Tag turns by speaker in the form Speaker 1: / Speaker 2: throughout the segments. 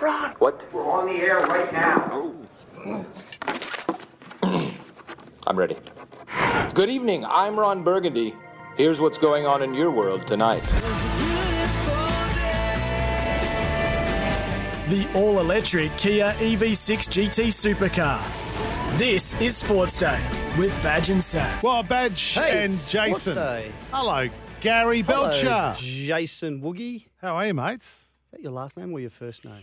Speaker 1: Ron.
Speaker 2: What?
Speaker 1: We're on the air right now.
Speaker 2: I'm ready. Good evening. I'm Ron Burgundy. Here's what's going on in your world tonight.
Speaker 3: the all electric Kia E EV6 GT supercar. This is Sports Day with Badge and Sats.
Speaker 4: Well, Badge
Speaker 5: Hey,
Speaker 4: and
Speaker 5: it's
Speaker 4: Jason.
Speaker 5: Wednesday.
Speaker 4: Hello, Gary
Speaker 5: Hello,
Speaker 4: Belcher.
Speaker 5: Jason Woogie. Is
Speaker 4: How are you, mate?
Speaker 5: that your last name or your first name?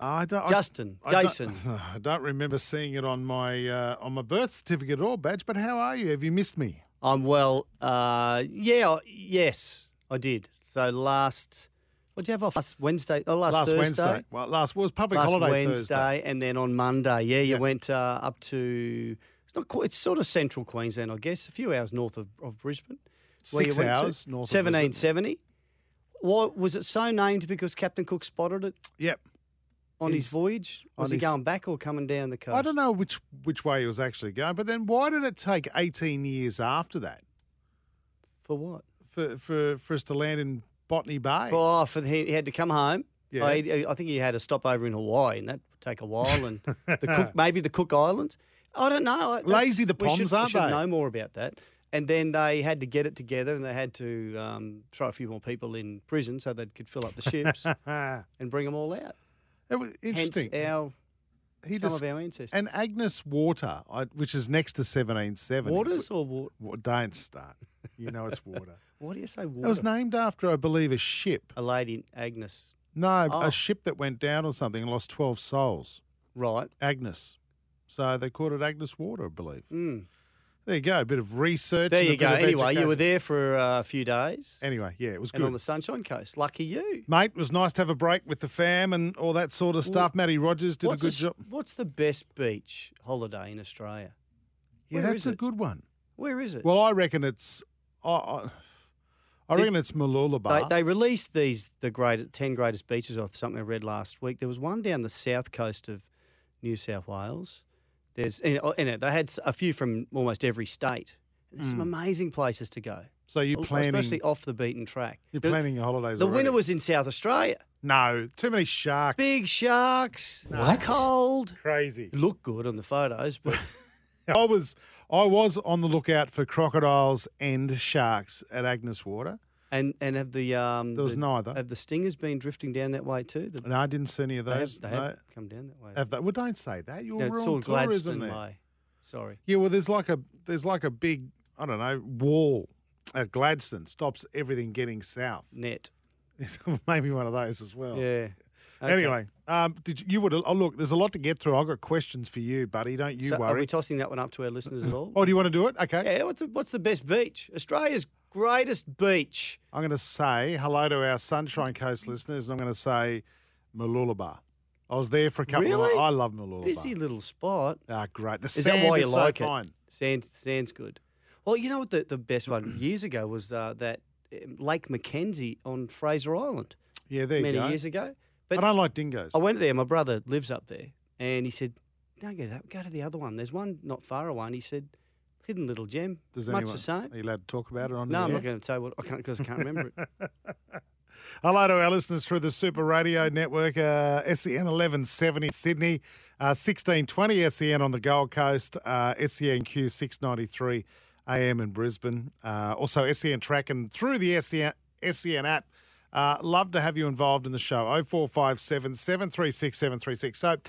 Speaker 4: I don't. I-
Speaker 5: Justin,
Speaker 4: I don't-
Speaker 5: Jason.
Speaker 4: I don't remember seeing it on my uh, on my birth certificate or badge. But how are you? Have you missed me?
Speaker 5: I'm well. Uh, yeah, I- yes, I did. So last, what did you have off last Wednesday? Oh, last, Thursday.
Speaker 4: Wednesday. Well, last well, it was public
Speaker 5: Last
Speaker 4: holiday
Speaker 5: Wednesday,
Speaker 4: Thursday.
Speaker 5: and then on Monday, yeah, you went uh, up to. It's not. quite. It's sort of central Queensland, I guess. A few hours north of, of Brisbane.
Speaker 4: Six
Speaker 5: you went to.
Speaker 4: hours north of Brisbane.
Speaker 5: 1770. Why was it so named? Because Captain Cook spotted it
Speaker 4: Yep.
Speaker 5: on
Speaker 4: In
Speaker 5: his
Speaker 4: s-
Speaker 5: voyage. Was
Speaker 4: on
Speaker 5: he
Speaker 4: his-
Speaker 5: going back or coming down the coast?
Speaker 4: I don't know which which way he was actually going. But then, why did it take 18 years after that
Speaker 5: for what.
Speaker 4: for for, for us to land in Botany Bay?
Speaker 5: Oh, for the, he had to come home.
Speaker 4: Yeah.
Speaker 5: I, I think he had a stopover in Hawaii, and that would take a while. And the Cook, maybe the Cook Islands. I don't know. That's-
Speaker 4: Lazy the
Speaker 5: we should,
Speaker 4: Poms, aren't
Speaker 5: we should
Speaker 4: they?
Speaker 5: know more about that. And then they had to get it together, and they had to um, throw a few more people in prison so they could fill up the ships
Speaker 4: Ah,
Speaker 5: and bring them all out.
Speaker 4: it was
Speaker 5: Hence
Speaker 4: interesting.
Speaker 5: our
Speaker 4: he
Speaker 5: some
Speaker 4: just,
Speaker 5: of our ancestors.
Speaker 4: and Agnes Water, I- which is next to 1770.
Speaker 5: waters or wa-
Speaker 4: Wa- Don't start. You know it's water.
Speaker 5: what do you say?
Speaker 4: it
Speaker 5: Water.
Speaker 4: was named after, I believe, a ship.
Speaker 5: a lady Agnes,
Speaker 4: No,
Speaker 5: Oh.
Speaker 4: a ship that went down or something and lost 12 souls.
Speaker 5: right?
Speaker 4: Agnes. So they called it Agnes Water, I believe.
Speaker 5: Mm.
Speaker 4: There you go. A bit of research.
Speaker 5: There
Speaker 4: and a
Speaker 5: you go.
Speaker 4: bit of
Speaker 5: Anyway, you were
Speaker 4: education.
Speaker 5: there for uh, a few days,
Speaker 4: Anyway, yeah, it was
Speaker 5: and on
Speaker 4: good.
Speaker 5: the Sunshine Coast. Lucky you.
Speaker 4: Mate, it was nice to have a break with the fam and all that sort of stuff. Matty Rogers did
Speaker 5: what's
Speaker 4: a good
Speaker 5: s-
Speaker 4: job.
Speaker 5: What's the best beach holiday in Australia?
Speaker 4: Yeah,
Speaker 5: where
Speaker 4: that's
Speaker 5: is
Speaker 4: a
Speaker 5: it?
Speaker 4: good one.
Speaker 5: Where is it?
Speaker 4: Well, I reckon it's. I, I, I
Speaker 5: See,
Speaker 4: reckon it's
Speaker 5: they,
Speaker 4: Malulabar.
Speaker 5: they released these the great ten greatest beaches or something I read last week. There was one down the south coast of New South Wales. There's and, oh, and they had s- a few from almost every state. There's some amazing places to go,
Speaker 4: so Hmm. you're
Speaker 5: al-
Speaker 4: planning.
Speaker 5: especially off the beaten track.
Speaker 4: you're
Speaker 5: The-
Speaker 4: planning your holidays.
Speaker 5: The
Speaker 4: already.
Speaker 5: winter was in South Australia.
Speaker 4: No, too many sharks.
Speaker 5: Big sharks. What? Cold.
Speaker 4: Crazy.
Speaker 5: Looked good on the photos, but
Speaker 4: I was I was on the lookout for crocodiles and sharks at Agnes Water.
Speaker 5: and and have the um
Speaker 4: There was
Speaker 5: the-
Speaker 4: neither.
Speaker 5: Have the stingers been drifting down that way too? The-
Speaker 4: No, I didn't see any of
Speaker 5: They have-
Speaker 4: those.
Speaker 5: they
Speaker 4: no.
Speaker 5: have come down that way.
Speaker 4: Have they- Well, don't say that. You'll
Speaker 5: No, it's
Speaker 4: ruin
Speaker 5: all
Speaker 4: tourism
Speaker 5: Gladstone
Speaker 4: there.
Speaker 5: Way. Sorry.
Speaker 4: Yeah, well, there's like a there's like a big I don't know wall at Gladstone stops everything getting south.
Speaker 5: Net.
Speaker 4: Maybe one of those as well.
Speaker 5: Yeah. Okay.
Speaker 4: Oh. Anyway, um, did you, you would oh, look? There's a lot to get through. I've got questions for you, buddy. Don't you
Speaker 5: So Are
Speaker 4: worry.
Speaker 5: we tossing that one up to our listeners at all?
Speaker 4: oh, do you want to do it? Okay.
Speaker 5: yeah. What's the, what's the best beach? Australia's greatest beach.
Speaker 4: I'm going to say hello to our Sunshine Coast listeners, and I'm going to say Malulabar. I was there for a couple of
Speaker 5: Really?
Speaker 4: I love Malulabar.
Speaker 5: Busy little spot.
Speaker 4: Ah, great. The
Speaker 5: Is
Speaker 4: sand
Speaker 5: that why you
Speaker 4: is
Speaker 5: like
Speaker 4: so
Speaker 5: it?
Speaker 4: fine.
Speaker 5: Sand, sand's good. Well, you know what the, the best one years ago was uh, that um, Lake Mackenzie on Fraser Island
Speaker 4: Yeah, there
Speaker 5: many
Speaker 4: you go.
Speaker 5: years ago.
Speaker 4: I
Speaker 5: But
Speaker 4: don't like dingoes.
Speaker 5: I went there. My brother lives up there, and he said, "Don't go to that. Go to the other one. There's one not far away." And he said, "Hidden little gem.
Speaker 4: Does
Speaker 5: much
Speaker 4: anyone,
Speaker 5: the same."
Speaker 4: Are you allowed to talk about it on
Speaker 5: No,
Speaker 4: the
Speaker 5: I'm
Speaker 4: air?
Speaker 5: not going to say what I can't because I can't remember it.
Speaker 4: Hello to our listeners through the Super Radio Network, uh, SEN 1170 Sydney, uh, 1620 SEN E on the Gold Coast, uh, SENQ 693 AM in Brisbane. Uh, also, SEN Track and through the E SEN, SEN app. Uh, love to have you involved in the show. 0457 736 736. So, f-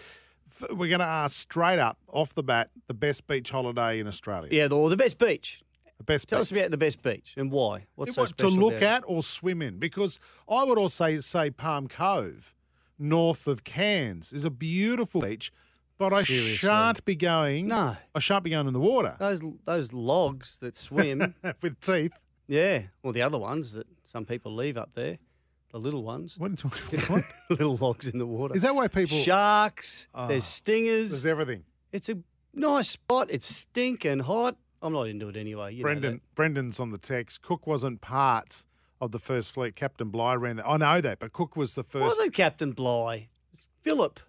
Speaker 4: we're going to ask straight up off the bat the best beach holiday in Australia.
Speaker 5: Yeah, the, or the best beach.
Speaker 4: The best
Speaker 5: Tell
Speaker 4: beach.
Speaker 5: us about the best beach and why. What's so
Speaker 4: What, to
Speaker 5: special
Speaker 4: look at
Speaker 5: about it?
Speaker 4: or swim in? Because I would also say Palm Cove, north of Cairns, is a beautiful beach, but I
Speaker 5: Seriously.
Speaker 4: shan't be going.
Speaker 5: No.
Speaker 4: I shan't be going in the water
Speaker 5: Those those logs that swim.
Speaker 4: with teeth.
Speaker 5: yeah, well, the other ones that some people leave up there. the little ones,
Speaker 4: What, are you talking- what?
Speaker 5: little logs in the water.
Speaker 4: Is that why people?
Speaker 5: sharks?
Speaker 4: Ah.
Speaker 5: there's stingers.
Speaker 4: There's everything.
Speaker 5: it's a nice spot. It's stinking hot. I'm not into it anyway. You know that.
Speaker 4: Brendan, Brendan's on the text. Cook wasn't part of the first fleet. Captain Bligh ran that. I know that, but Cook was the first.
Speaker 5: wasn't Captain Bligh. It's Philip.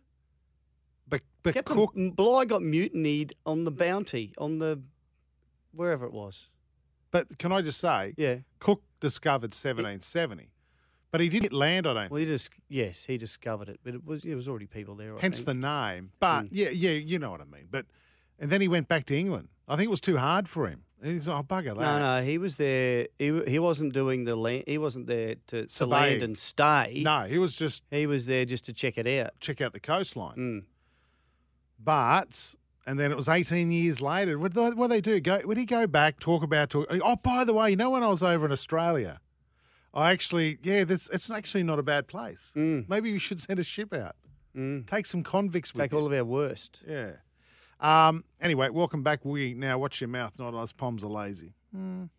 Speaker 4: But, but
Speaker 5: Captain
Speaker 4: Cook,
Speaker 5: Bligh got mutinied on the bounty, on the wherever it was.
Speaker 4: but can I just say,
Speaker 5: Yeah.
Speaker 4: Cook discovered 1770, but he didn't land on it.
Speaker 5: Well, he just yes, he discovered it, but it was it was already people there. I
Speaker 4: Hence the
Speaker 5: think. Hmm.
Speaker 4: name. But yeah, yeah, you know what I mean. But and then he went back to England. I think it was too hard for him. And he's oh bugger that.
Speaker 5: no, no, he was there. He wa- he wasn't doing the land. He wasn't there to, to
Speaker 4: Surveying.
Speaker 5: land and stay.
Speaker 4: No, he was just
Speaker 5: he was there just to check it out.
Speaker 4: check out the coastline.
Speaker 5: Mm.
Speaker 4: But and then it was 18 years later. What they, what they do? Go? Would he go back? Talk about? Talk, oh, by the way, you know when I was over in Australia, I actually yeah, this it's actually not a bad place.
Speaker 5: Mm.
Speaker 4: Maybe we should send a ship out.
Speaker 5: Mm.
Speaker 4: Take some convicts with
Speaker 5: Take
Speaker 4: you.
Speaker 5: all of our worst.
Speaker 4: Yeah. Um. Anyway, welcome back, Wiggy. Now, watch your mouth, not us. Poms are lazy. No,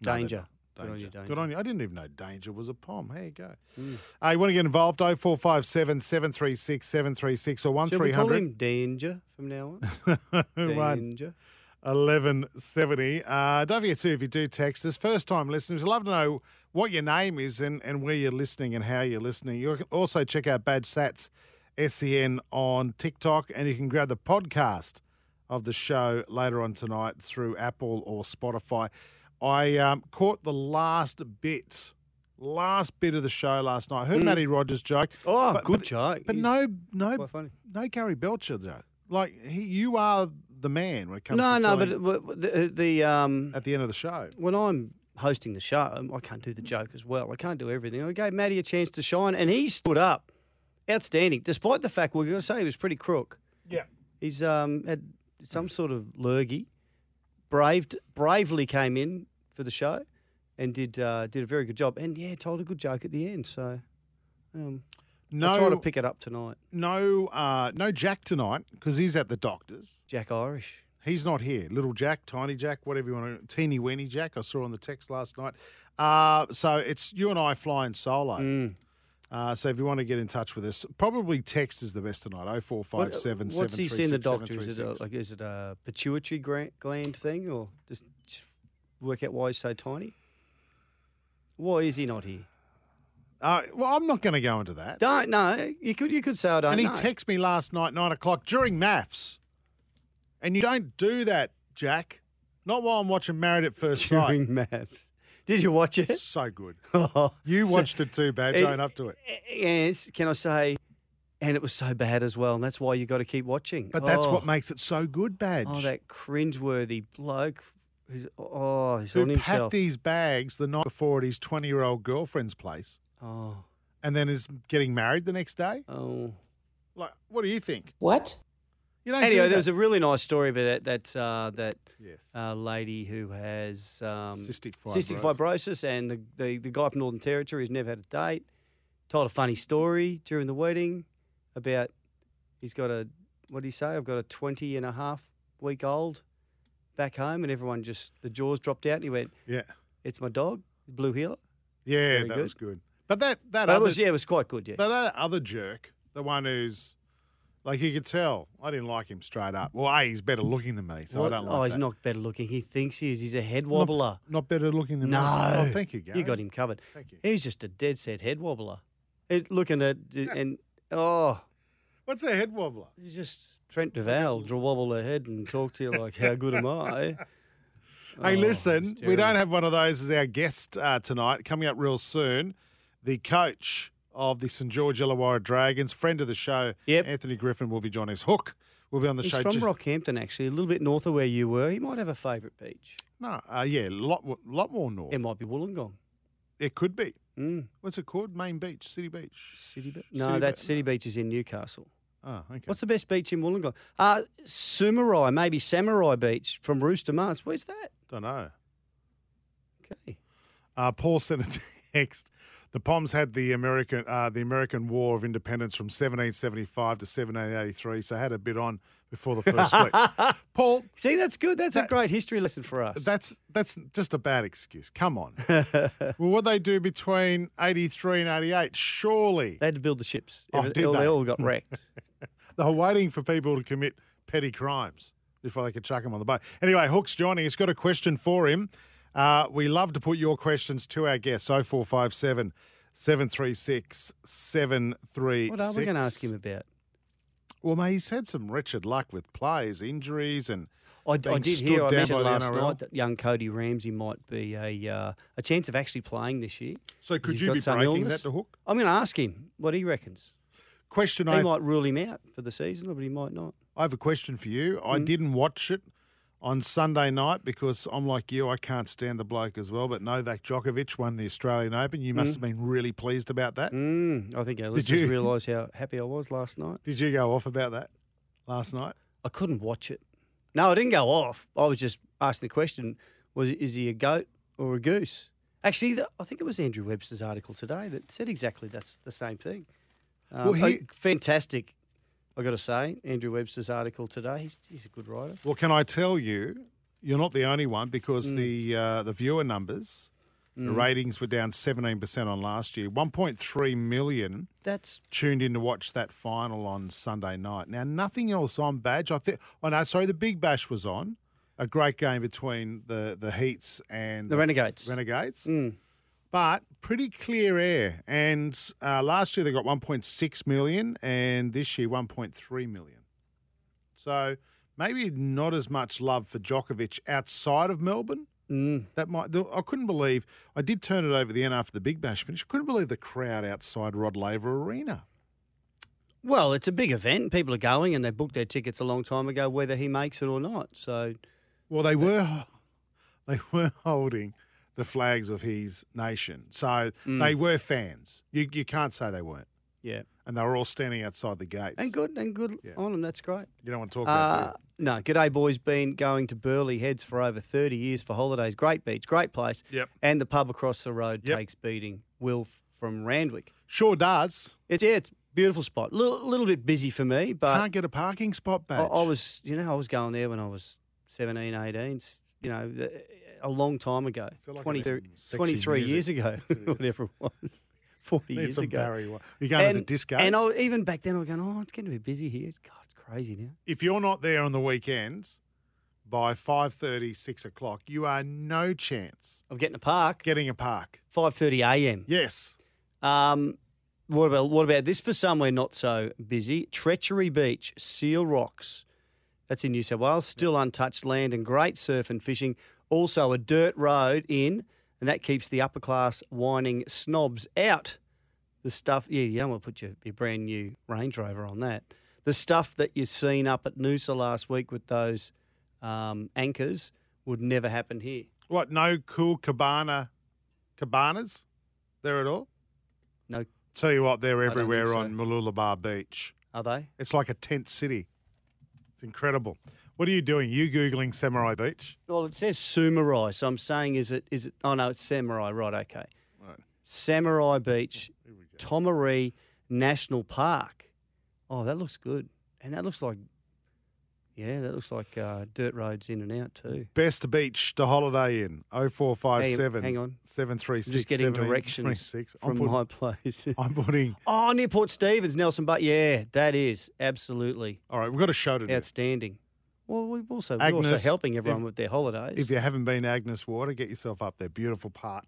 Speaker 4: they're Danger.
Speaker 5: Danger. Good on you, danger. Mm.
Speaker 4: Good on you. I didn't even know danger was a pom. There you go. Uh, you want to get involved? 0457 736 736 or
Speaker 5: Should we call
Speaker 4: 1300
Speaker 5: him Danger from now on?
Speaker 4: 1
Speaker 5: Danger.
Speaker 4: 1170. Uh, don't forget, too, if you do text us, first time listeners, I'd love to know what your name is and, and where you're listening and how you're listening. You can also check out Badge Sats SEN on TikTok, and you can grab the podcast of the show later on tonight through Apple or Spotify. I um, caught the last bit, last bit of the show last night. I heard Matty Rogers joke.
Speaker 5: Oh,
Speaker 4: but-
Speaker 5: good
Speaker 4: but-
Speaker 5: joke.
Speaker 4: But
Speaker 5: You-
Speaker 4: no, no,
Speaker 5: Quite funny.
Speaker 4: no Gary Belcher though. Like he, you are the man when it comes.
Speaker 5: No,
Speaker 4: to
Speaker 5: no, but
Speaker 4: telling-
Speaker 5: it- w- w- the, the um,
Speaker 4: at uh, the end of the show.
Speaker 5: when I'm hosting the show, um, I can't do the joke as well. I can't do everything. I gave Matty a chance to shine, and he stood up, outstanding. Despite the fact we're going to say he was pretty crook.
Speaker 4: Yeah.
Speaker 5: He's um had some sort of lurgy, braved bravely came in for the show, and did uh, did a very good job, and yeah, told a good joke at the end. So. Um,
Speaker 4: No,
Speaker 5: I'll try to pick it up tonight.
Speaker 4: no, uh, no Jack tonight because he's at the doctor's.
Speaker 5: Jack Irish.
Speaker 4: He's not here. Little Jack, Tiny Jack, whatever you want to, Teeny Weeny Jack. I saw on the text last night. Uh, so it's you and I flying solo.
Speaker 5: Mm.
Speaker 4: Uh, so if you want to get in touch with us, probably text is the best tonight. Oh four five seven seven.
Speaker 5: What's he seen the doctor? Is it a, like is it a pituitary gra- gland thing, or just, just work out why he's so tiny? Why is he not here?
Speaker 4: Uh, well, I'm not going to go into that.
Speaker 5: Don't know. You could you could say I don't
Speaker 4: and he
Speaker 5: know.
Speaker 4: texted me last night, nine o'clock during maths. And you don't do that, Jack. Not while I'm watching Married at First Sight.
Speaker 5: during maps. Did you watch it?
Speaker 4: So good. You
Speaker 5: you
Speaker 4: watched it too, Badge.
Speaker 5: it-
Speaker 4: Own up to it.
Speaker 5: Yes. Can I say? And it was so bad as well, and that's why you got to keep watching.
Speaker 4: But that's
Speaker 5: Oh.
Speaker 4: what makes it so good, Badge.
Speaker 5: Oh, that cringeworthy bloke who's oh, he's on
Speaker 4: Who
Speaker 5: himself.
Speaker 4: packed his bags the night before at his 20 year old girlfriend's place
Speaker 5: oh,
Speaker 4: and then is getting married the next day?
Speaker 5: oh.
Speaker 4: Like, what do you think?
Speaker 6: What?
Speaker 4: You don't
Speaker 5: Anyway,
Speaker 4: do
Speaker 5: there was
Speaker 4: that.
Speaker 5: a really nice story about that that uh, that
Speaker 4: Yes.
Speaker 5: uh, lady who has um,
Speaker 4: Cystic
Speaker 5: cystic
Speaker 4: fibrosis.
Speaker 5: fibrosis, and the, the the guy from Northern Territory has never had a date. Told a funny story during the wedding about he's got a what did he say? I've got a 20 and a half week old back home, and everyone just the jaws dropped out, and he went,
Speaker 4: yeah.
Speaker 5: "It's my dog, Blue Heeler."
Speaker 4: Yeah,
Speaker 5: Very
Speaker 4: that
Speaker 5: good.
Speaker 4: was good. But that, that
Speaker 5: But
Speaker 4: other
Speaker 5: it was yeah, it was quite good. Yeah,
Speaker 4: But that other jerk, the one who's like you could tell, I didn't like him straight up. Well, a he's better looking than me, so
Speaker 5: What-
Speaker 4: I don't like
Speaker 5: oh, he's
Speaker 4: that.
Speaker 5: not better looking. He thinks he is. He's a head
Speaker 4: Not-
Speaker 5: wobbler.
Speaker 4: Not, better looking than
Speaker 5: No.
Speaker 4: me. Oh, thank you, Gary.
Speaker 5: You got him covered.
Speaker 4: Thank you.
Speaker 5: He's just a dead set head wobbler. It, looking at and oh,
Speaker 4: What's a head wobbler?
Speaker 5: he's just Trent Duval to wobble her head and talk to you like, "How good am I?"
Speaker 4: hey,
Speaker 5: Oh,
Speaker 4: listen,
Speaker 5: it's
Speaker 4: we don't
Speaker 5: terrible.
Speaker 4: have one of those as our guest uh, tonight. Coming up real soon, the coach of the St George Illawarra Dragons, friend of the show,
Speaker 5: Yep.
Speaker 4: Anthony Griffin, will be joining us. Hook will be on the
Speaker 5: He's
Speaker 4: show.
Speaker 5: from
Speaker 4: ju-
Speaker 5: Rockhampton, actually, a little bit north of where you were. He might have a favourite beach.
Speaker 4: No, uh, yeah, lot lot more north.
Speaker 5: It might be Wollongong.
Speaker 4: It could be.
Speaker 5: Mm,
Speaker 4: What's it called? Main Beach, City Beach.
Speaker 5: City Beach. No,
Speaker 4: City Be-
Speaker 5: that City Beach is in Newcastle.
Speaker 4: Oh, okay.
Speaker 5: What's the best beach in Wollongong? Uh, Sumarai, maybe Samurai Beach from Rooster Mars. Where's that?
Speaker 4: Don't know.
Speaker 5: Okay.
Speaker 4: Uh, Paul sent a text. The Poms had the American uh, the American War of Independence from 1775 to 1783, so had a bit on before the first week. Paul,
Speaker 5: See, that's good. That's a great history lesson for us.
Speaker 4: that's that's just a bad excuse. Come on. well, what they do between 83 and 88? Surely
Speaker 5: they had to build the ships.
Speaker 4: Oh,
Speaker 5: Every-
Speaker 4: did
Speaker 5: all-
Speaker 4: they?
Speaker 5: they all got wrecked.
Speaker 4: They're waiting for people to commit petty crimes before they could chuck them on the boat. Anyway, Hook's joining. He's got a question for him. Uh, we love to put your questions to our guests. 0457 736 736.
Speaker 5: what are we going to ask him about?
Speaker 4: Well, mate, he's had some wretched luck with players, injuries, and
Speaker 5: I, I
Speaker 4: being
Speaker 5: did
Speaker 4: stood
Speaker 5: hear. I
Speaker 4: down
Speaker 5: mentioned
Speaker 4: by the
Speaker 5: last
Speaker 4: NRL.
Speaker 5: night that young Cody Ramsey might be a uh, a chance of actually playing this year.
Speaker 4: So could
Speaker 5: He's
Speaker 4: you
Speaker 5: got
Speaker 4: be
Speaker 5: some
Speaker 4: breaking
Speaker 5: illness.
Speaker 4: that to Hook?
Speaker 5: I'm going to ask him what he reckons.
Speaker 4: Question
Speaker 5: He
Speaker 4: I,
Speaker 5: might rule him out for the season, but he might not.
Speaker 4: I have a question for you. I
Speaker 5: Mm.
Speaker 4: didn't watch it on Sunday night because I'm like you, I can't stand the bloke as well. But Novak Djokovic won the Australian Open. You must have been really pleased about that.
Speaker 5: Mm, I think our listeners
Speaker 4: you?
Speaker 5: realise how happy I was last night.
Speaker 4: Did you go off about that last night?
Speaker 5: I couldn't watch it. No, I didn't go off. I was just asking the question: Was is he a goat or a goose? Actually, the, I think it was Andrew Webster's article today that said exactly that's the same thing. Um,
Speaker 4: Well, he-
Speaker 5: uh, fantastic. I got to say, Andrew Webster's article today. He's, he's a good writer.
Speaker 4: Well, can I tell you, you're not the only one because
Speaker 5: Mm.
Speaker 4: the uh, the viewer numbers, the ratings were down 17% on last year. 1.3 million
Speaker 5: That's
Speaker 4: tuned in to watch that final on Sunday night. Now, nothing else on Badge. I think. Oh no, sorry, the Big Bash was on. A great game between the the Heats and
Speaker 5: The Renegades.
Speaker 4: Renegades.
Speaker 5: Mm,
Speaker 4: But pretty clear air. And uh, last year they got 1.6 million, and this year 1.3 million. So maybe not as much love for Djokovic outside of Melbourne.
Speaker 5: mm,
Speaker 4: That might. though, I couldn't believe. I did turn it over the end after the Big Bash finish. Couldn't believe the crowd outside Rod Laver Arena.
Speaker 5: well, it's a big event. People are going, and they booked their tickets a long time ago, whether he makes it or not. So
Speaker 4: Well, they were they were holding the flags of his nation, so
Speaker 5: Mm.
Speaker 4: they were fans. You you can't say they weren't,
Speaker 5: yeah,
Speaker 4: and they were all standing outside the gates.
Speaker 5: and good and good
Speaker 4: Yeah.
Speaker 5: on him. That's great.
Speaker 4: You don't want to talk about
Speaker 5: Uh,
Speaker 4: that.
Speaker 5: no, G'day Boy's been going to Burley Heads for over 30 years for holidays. Great beach, great place.
Speaker 4: Yep.
Speaker 5: And the pub across the road
Speaker 4: Yep.
Speaker 5: takes beating. Will f- from Randwick.
Speaker 4: Sure does.
Speaker 5: It's yeah, it's a beautiful spot. A little, little bit busy for me, but
Speaker 4: can't get a parking spot
Speaker 5: I,
Speaker 4: back.
Speaker 5: I was, you know, I was going there when I was 17, 18, s- you know, th- a long time ago,
Speaker 4: feel like I
Speaker 5: 20,
Speaker 4: need some sexy
Speaker 5: 23 years
Speaker 4: music.
Speaker 5: ago, whatever it was, 40
Speaker 4: Need
Speaker 5: years
Speaker 4: some
Speaker 5: ago.
Speaker 4: Barry White. You're going to the disco.
Speaker 5: and I, even back then, I was going, oh, it's getting a bit busy here. God, it's crazy now.
Speaker 4: if you're not there on the weekends by 5.30, 6 o'clock, you are no chance
Speaker 5: I'm getting a park,
Speaker 4: getting a park.
Speaker 5: 5.30 a.m.
Speaker 4: Yes.
Speaker 5: Um, what about what about this for somewhere not so busy? Treachery Beach, Seal Rocks. That's in New South Wales. Still untouched land and great surf and fishing. Also a dirt road in, and that keeps the upper class whining snobs out. The stuff, yeah, you don't want to put your, your brand new Range Rover on that. The stuff that you seen up at Noosa last week with those um, anchors would never happen here.
Speaker 4: What, no cool cabana, cabanas there at all?
Speaker 5: No,
Speaker 4: Tell you what, they're
Speaker 5: don't think
Speaker 4: everywhere
Speaker 5: so.
Speaker 4: on Malulabar Beach.
Speaker 5: are they?
Speaker 4: It's like a tent city. It's incredible. What are you doing? You Googling Samurai Beach?
Speaker 5: Well, it says samurai, so I'm saying is it is it? Oh no, it's samurai. Right, okay. Samurai Beach,
Speaker 4: Oh,
Speaker 5: Tomaree National Park. Oh, that looks good, and that looks like, yeah, that looks like uh, dirt roads in and out too.
Speaker 4: Best beach to holiday oh in, 0457.
Speaker 5: Hang- hang on.
Speaker 4: 736.
Speaker 5: I'm just getting
Speaker 4: 17,
Speaker 5: directions
Speaker 4: 26. I'm
Speaker 5: from
Speaker 4: putting-
Speaker 5: my place.
Speaker 4: I'm putting.
Speaker 5: oh, near Port Stevens, Nelson. But yeah, that is absolutely
Speaker 4: All right, we've got a show to do.
Speaker 5: outstanding. Well, we've also we're
Speaker 4: Agnes,
Speaker 5: also helping
Speaker 4: if-
Speaker 5: everyone with their holidays.
Speaker 4: If you haven't been to Agnes Water, get yourself up there. Beautiful part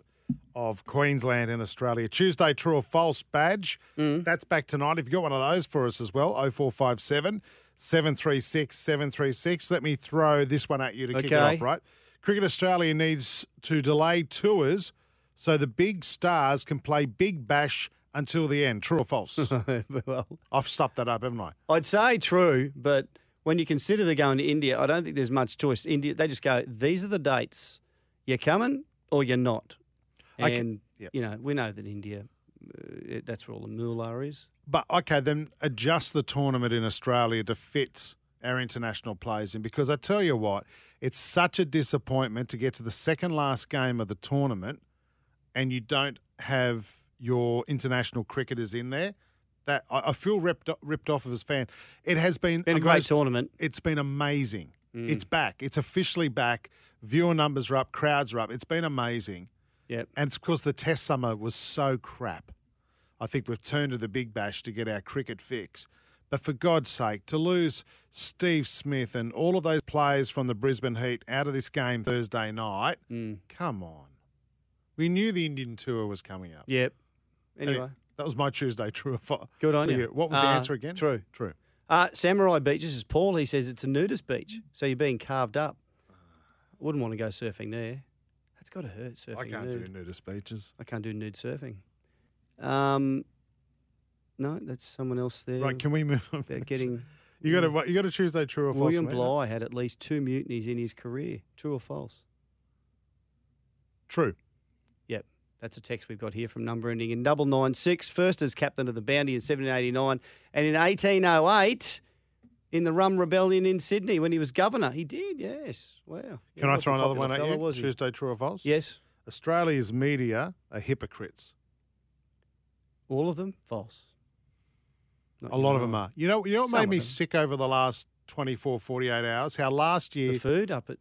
Speaker 4: of Queensland and Australia. Tuesday, true or false badge. That's back tonight. If you've got one of those for us as well, 0457 736 736. Let me throw this one at you to kick it
Speaker 5: Okay.
Speaker 4: off, right? Cricket Australia needs to delay tours so the big stars can play Big Bash until the end. True or false?
Speaker 5: well,
Speaker 4: I've stuffed that up, haven't I?
Speaker 5: I'd say true, but when you consider they're going to India, I don't think there's much choice. India, they just go, these are the dates. You're coming or you're not.
Speaker 4: I
Speaker 5: And,
Speaker 4: ca- yep.
Speaker 5: you know, we know that India, uh, it- that's where all the moolah is.
Speaker 4: But okay, then adjust the tournament in Australia to fit our international players in because I tell you what, it's such a disappointment to get to the second last game of the tournament and you don't have your international cricketers in there. That I, I feel ripped ripped off of as a fan. It has been,
Speaker 5: Been a great Mm. tournament.
Speaker 4: It's been amazing. It's back. It's officially back. Viewer numbers are up. Crowds are up. It's been amazing.
Speaker 5: Yep.
Speaker 4: And it's because the test summer was so crap. I think we've turned to the big bash to get our cricket fix. But for God's sake, to lose Steve Smith and all of those players from the Brisbane Heat out of this game Thursday night,
Speaker 5: Mm.
Speaker 4: come on. We knew the Indian tour was coming up.
Speaker 5: Yep. Anyway,
Speaker 4: That was my Tuesday true or false.
Speaker 5: Good on you.
Speaker 4: What was the
Speaker 5: Uh,
Speaker 4: answer again?
Speaker 5: true.
Speaker 4: True.
Speaker 5: Uh, Samurai Beaches is Paul. He says it's a nudist beach, so you're being carved up.
Speaker 4: Ah.
Speaker 5: Wouldn't want to go surfing there. That's got to hurt surfing.
Speaker 4: I can't
Speaker 5: nude.
Speaker 4: do nudist speeches.
Speaker 5: I can't do nude surfing. Um, no, that's someone else there.
Speaker 4: Right, can we move on?
Speaker 5: about getting Mm.
Speaker 4: You got a you got a Tuesday true or false.
Speaker 5: William
Speaker 4: Amanda?
Speaker 5: Bligh had at least two mutinies in his career. True or false?
Speaker 4: True.
Speaker 5: Yep. That's a text we've got here from number ending in double nine six. First as captain of the Bounty in 1789, and in 1808 in the Rum Rebellion in Sydney when he was governor. He did, yes. Wow. Yeah,
Speaker 4: Can I
Speaker 5: wasn't
Speaker 4: throw another
Speaker 5: popular
Speaker 4: one at
Speaker 5: fella,
Speaker 4: you?
Speaker 5: was he?
Speaker 4: Tuesday true or false?
Speaker 5: Yes.
Speaker 4: Australia's media are hypocrites.
Speaker 5: All of them false. Not
Speaker 4: A
Speaker 5: you
Speaker 4: lot
Speaker 5: and
Speaker 4: of them
Speaker 5: I.
Speaker 4: are. You know, you know what
Speaker 5: Mm. Some
Speaker 4: made
Speaker 5: of
Speaker 4: me
Speaker 5: them.
Speaker 4: sick over the last 24, 48 hours? How last year.
Speaker 5: The food up at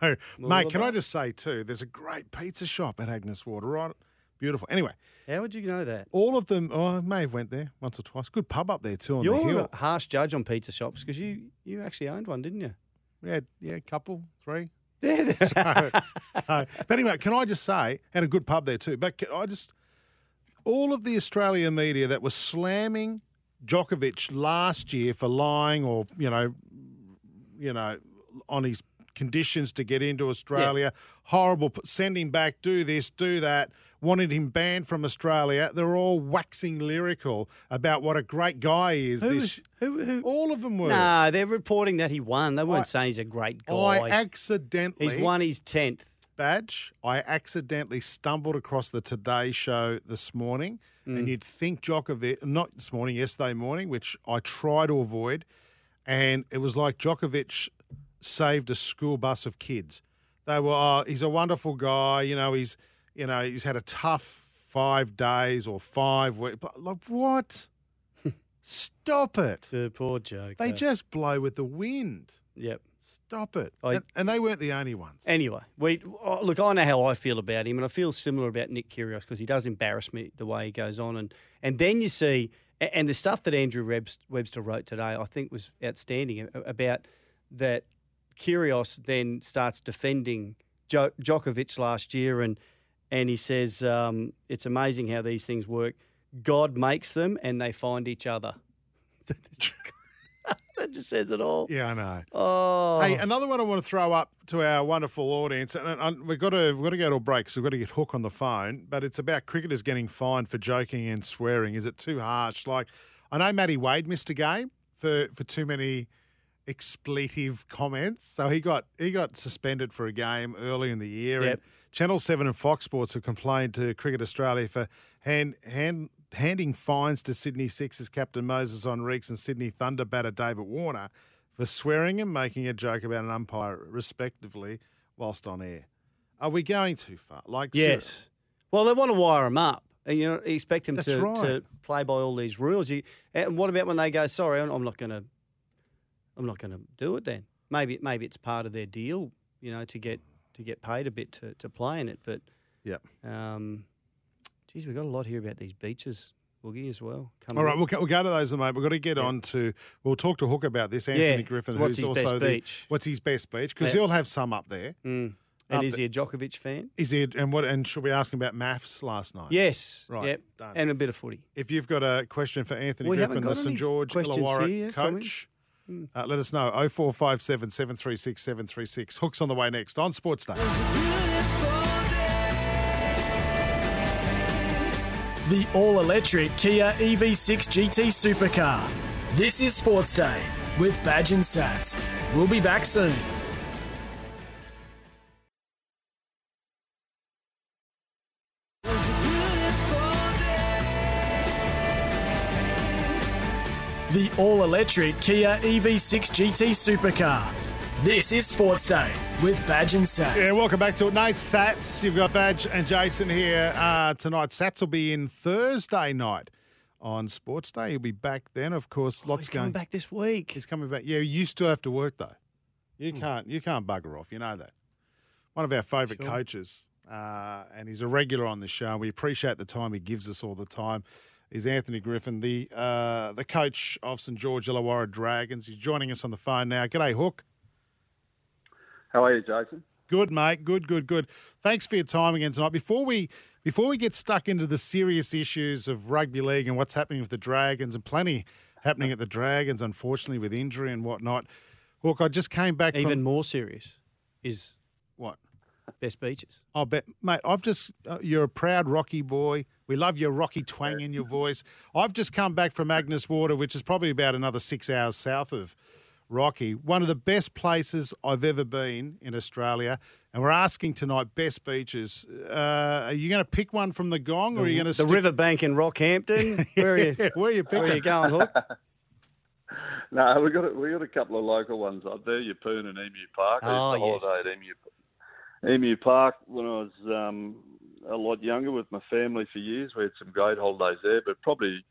Speaker 4: no. Mate, can I
Speaker 5: Mooloolaba.
Speaker 4: just say, too, there's a great pizza shop at Agnes Water, right? Beautiful. Anyway,
Speaker 5: How would you know that?
Speaker 4: all of them, oh, I may have went there once or twice. Good pub up there, too, on the
Speaker 5: You're
Speaker 4: hill.
Speaker 5: a harsh judge on pizza shops because you, you actually owned one, didn't you?
Speaker 4: We had, yeah, a couple, three.
Speaker 5: Yeah.
Speaker 4: so, so- but anyway, can I just say, had a good pub there too. But can I just, all of the Australian media that was slamming Djokovic last year for lying or you know, you know, on his conditions to get into Australia, horrible, send him back, do this, do that, wanted him banned from Australia. They're all waxing lyrical about what a great guy he is.
Speaker 5: Who
Speaker 4: this,
Speaker 5: was- who- who-
Speaker 4: all of them were.
Speaker 5: Nah, they're reporting that he won. They weren't
Speaker 4: I-
Speaker 5: saying he's a great guy.
Speaker 4: I accidentally
Speaker 5: he's won his tenth.
Speaker 4: badge, I accidentally stumbled across the Today Show this morning, and you'd think Djokovic, not this morning, yesterday morning, which I try to avoid, and it was like Djokovic saved a school bus of kids. They were, oh, he's a wonderful guy, you know, he's, you know, he's had a tough five days or five weeks. But like, what? Stop it.
Speaker 5: The poor joke.
Speaker 4: They just blow with the wind.
Speaker 5: Yep.
Speaker 4: Stop it.
Speaker 5: I-
Speaker 4: and, and they weren't the only ones.
Speaker 5: Anyway, we oh, look. I know how I feel about him, and I feel similar about Nick Kyrgios because he does embarrass me the way he goes on, and and then you see a- and the stuff that Andrew Rebs- Webster wrote today, I think was outstanding a- about that. Kyrgios then starts defending jo- Djokovic last year, and and he says um, it's amazing how these things work. God makes them, and they find each other. that just says it all.
Speaker 4: yeah, I know.
Speaker 5: Oh,
Speaker 4: Hey, another one I want to throw up to our wonderful audience, and, and we've got to we've got to go to a break, so we've got to get Hook on the phone. But it's about cricketers getting fined for joking and swearing. Is it too harsh? Like, I know Matty Wade missed a game for for too many expletive comments, so he got he got suspended for a game early in the year. And
Speaker 5: Yep.
Speaker 4: Channel Seven and Fox Sports have complained to Cricket Australia for hand hand. Handing fines to Sydney Sixers captain Moses Onreeks and Sydney Thunder batter David Warner for swearing and making a joke about an umpire, respectively, whilst on air. Are we going too far? Like, seriously.
Speaker 5: Yes. Well, they want to wire him up, and you know, you expect him
Speaker 4: That's
Speaker 5: to,
Speaker 4: right.
Speaker 5: to play by all these rules. You, and what about when they go, "Sorry, I'm I'm not going to, I'm not going to do it"? Then maybe maybe it's part of their deal, you know, to get to get paid a bit to, to play in it. But
Speaker 4: Yep.
Speaker 5: um, geez, we've got a lot here about these beaches, Woogie, as well. Coming
Speaker 4: All right,
Speaker 5: up.
Speaker 4: we'll, go- we'll go to those in a moment. We've got to get on to. We'll talk to Hook about this. Anthony
Speaker 5: Yeah,
Speaker 4: Griffin,
Speaker 5: what's
Speaker 4: who's
Speaker 5: his best
Speaker 4: also the-
Speaker 5: beach?
Speaker 4: what's his best beach? Because
Speaker 5: Yeah.
Speaker 4: he'll have some up there.
Speaker 5: Mm.
Speaker 4: up
Speaker 5: And is
Speaker 4: the-
Speaker 5: he a Djokovic fan?
Speaker 4: Is he? And what? And should we ask him about maths last night?
Speaker 5: Yes.
Speaker 4: Right,
Speaker 5: Yep.
Speaker 4: done.
Speaker 5: And a bit of footy.
Speaker 4: If you've got a question for Anthony
Speaker 5: We haven't
Speaker 4: Griffin, the
Speaker 5: got
Speaker 4: St
Speaker 5: any
Speaker 4: George
Speaker 5: questions
Speaker 4: Illawarra
Speaker 5: here from him.
Speaker 4: coach,
Speaker 5: Hmm.
Speaker 4: uh, let us know. 0457 736 736. Hooks on the way next on Sports Day.
Speaker 3: The all electric Kia E EV6 GT Supercar. This is Sports Day with Badge and Sats. We'll be back soon. E The all electric Kia EV6 GT Supercar. This is Sports Day with Badge and Sats.
Speaker 4: Yeah, welcome back to it. Nice Sats. You've got Badge and Jason here uh, tonight. Sats will be in Thursday night on Sports Day. He'll be back then, of course.
Speaker 5: Oh,
Speaker 4: Lots
Speaker 5: he's coming
Speaker 4: going.
Speaker 5: back this week.
Speaker 4: He's coming back. Yeah, you still have to work though. You can't. You can't bugger off. You know that. One of our favourite
Speaker 5: Sure.
Speaker 4: coaches, uh, and he's a regular on the show. and We appreciate the time he gives us all the time. Is Anthony Griffin, the uh, the coach of St George Illawarra Dragons. He's joining us on the phone now. G'day, Hook.
Speaker 6: How are you, Jason?
Speaker 4: Good, mate. Good, good, good. Thanks for your time again tonight. Before we before we get stuck into the serious issues of rugby league and what's happening with the Dragons and plenty happening at the Dragons, unfortunately, with injury and whatnot. Look, I just came back
Speaker 5: Even
Speaker 4: from
Speaker 5: more serious is
Speaker 4: what?
Speaker 5: best beaches.
Speaker 4: I bet, mate. I've just uh, you're a proud Rocky boy. We love your Rocky twang in your voice. I've just come back from Agnes Water, which is probably about another six hours south of Rocky. One of the best places I've ever been in Australia. And we're asking tonight best beaches. Uh, are you going to pick one from the gong, or are you going to
Speaker 5: The riverbank in Rockhampton. Where are you?
Speaker 4: Where are you
Speaker 5: Where are you
Speaker 4: picking?
Speaker 5: going, Hook?
Speaker 6: No, we got a, we got a couple of local ones up there. Yeppoon and Emu Park. I used
Speaker 5: Oh,
Speaker 6: to
Speaker 5: yes.
Speaker 6: holiday at Emu, Emu Park when I was um, a lot younger with my family for years. We had some great holidays there, but probably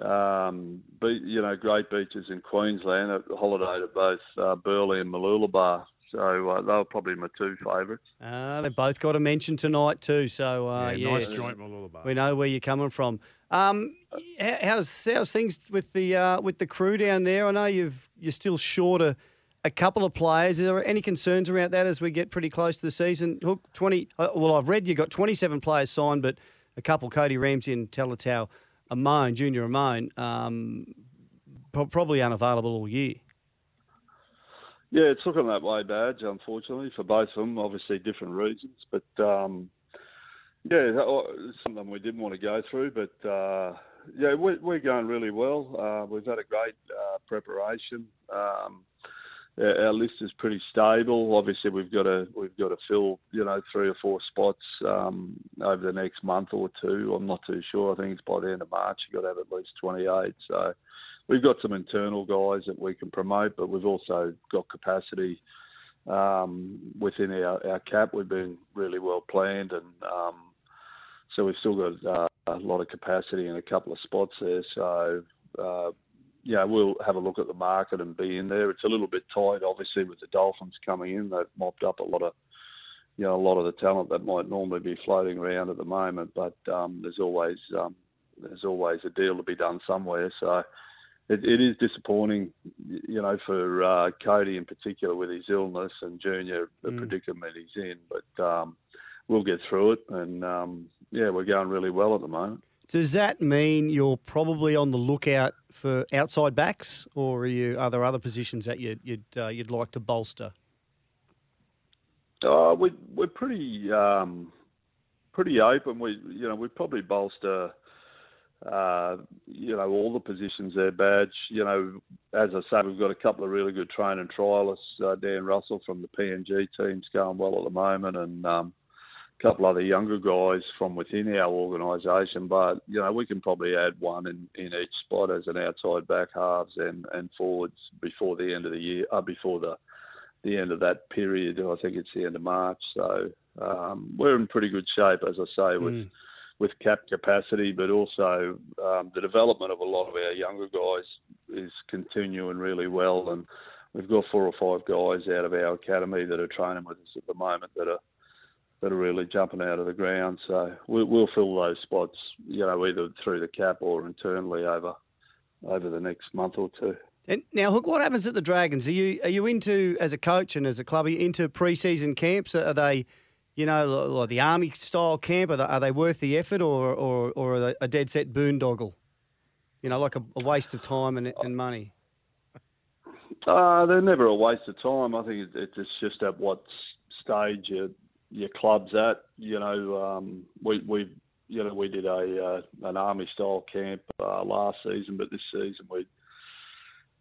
Speaker 6: um, be, you know great beaches in Queensland. I holidayed at both uh, Burley and Mooloolaba, so uh, they were probably my two favourites.
Speaker 5: Uh, they both got a mention tonight too. So uh, yeah,
Speaker 4: nice joint, Malulabar.
Speaker 5: We know where you're coming from. Um, h- how's how's things with the uh, with the crew down there? I know you've you're still short a, a couple of players. Are there any concerns around that as we get pretty close to the season? Hook twenty. Uh, well, I've read you got 27 players signed, but a couple Cody Ramsey and Teletau Amone, Junior Amone, um, pro- probably unavailable all year.
Speaker 6: Yeah, it's looking that way, Badge, unfortunately, for both of them. Obviously, different reasons. But, um, yeah, that wa- something we didn't want to go through. But, uh, yeah, we're, we're going really well. Uh, we've had a great uh, preparation. Um, yeah, our list is pretty stable. Obviously, we've got to we've got to fill you know three or four spots um, over the next month or two. I'm not too sure. I think it's by the end of March. You've got to have at least 28. So we've got some internal guys that we can promote, but we've also got capacity um, within our, our cap. We've been really well planned, and um, so we've still got uh, a lot of capacity in a couple of spots there. So. Uh, yeah, we'll have a look at the market and be in there. It's a little bit tight, obviously, with the Dolphins coming in. They've mopped up a lot of, you know, a lot of the talent that might normally be floating around at the moment. But um, there's always um, there's always a deal to be done somewhere. So it, it is disappointing, y- you know, for uh, Cody in particular with his illness and Junior the
Speaker 5: Mm.
Speaker 6: predicament he's in. But um, we'll get through it, and um, yeah, we're going really well at the moment.
Speaker 5: Does that mean you're probably on the lookout for outside backs, or are you? Are there other positions that you'd you'd, uh, you'd like to bolster?
Speaker 6: Uh, we, we're pretty um, pretty open. We you know we probably bolster uh, you know all the positions there. Badge. You know as I say, we've got a couple of really good train and trialists. Uh, Dan Russell from the PNG team's going well at the moment, and um, a couple other younger guys from within our organisation. But you know we can probably add one in, in each spot as an outside back halves and, and forwards before the end of the year. Uh, before the the end of that period. I think it's the end of March. So um, we're in pretty good shape, as I say, with
Speaker 5: Mm.
Speaker 6: with cap capacity, but also um, the development of a lot of our younger guys is continuing really well. And we've got four or five guys out of our academy that are training with us at the moment that are that are really jumping out of the ground. So we, we'll fill those spots, you know, either through the cap or internally over over the next month or two.
Speaker 5: And now, Hook, what happens at the Dragons? Are you are you into as a coach and as a club? Are you into preseason camps? Are they, you know, li- like the army style camp? Are they, are they worth the effort, or or or are they a dead set boondoggle? You know, like a, a waste of time and, and money.
Speaker 6: Uh, they're never a waste of time. I think it, it, it's just at what s- stage your your club's at. You know, um, we we you know we did a uh, an army style camp uh, last season, but this season we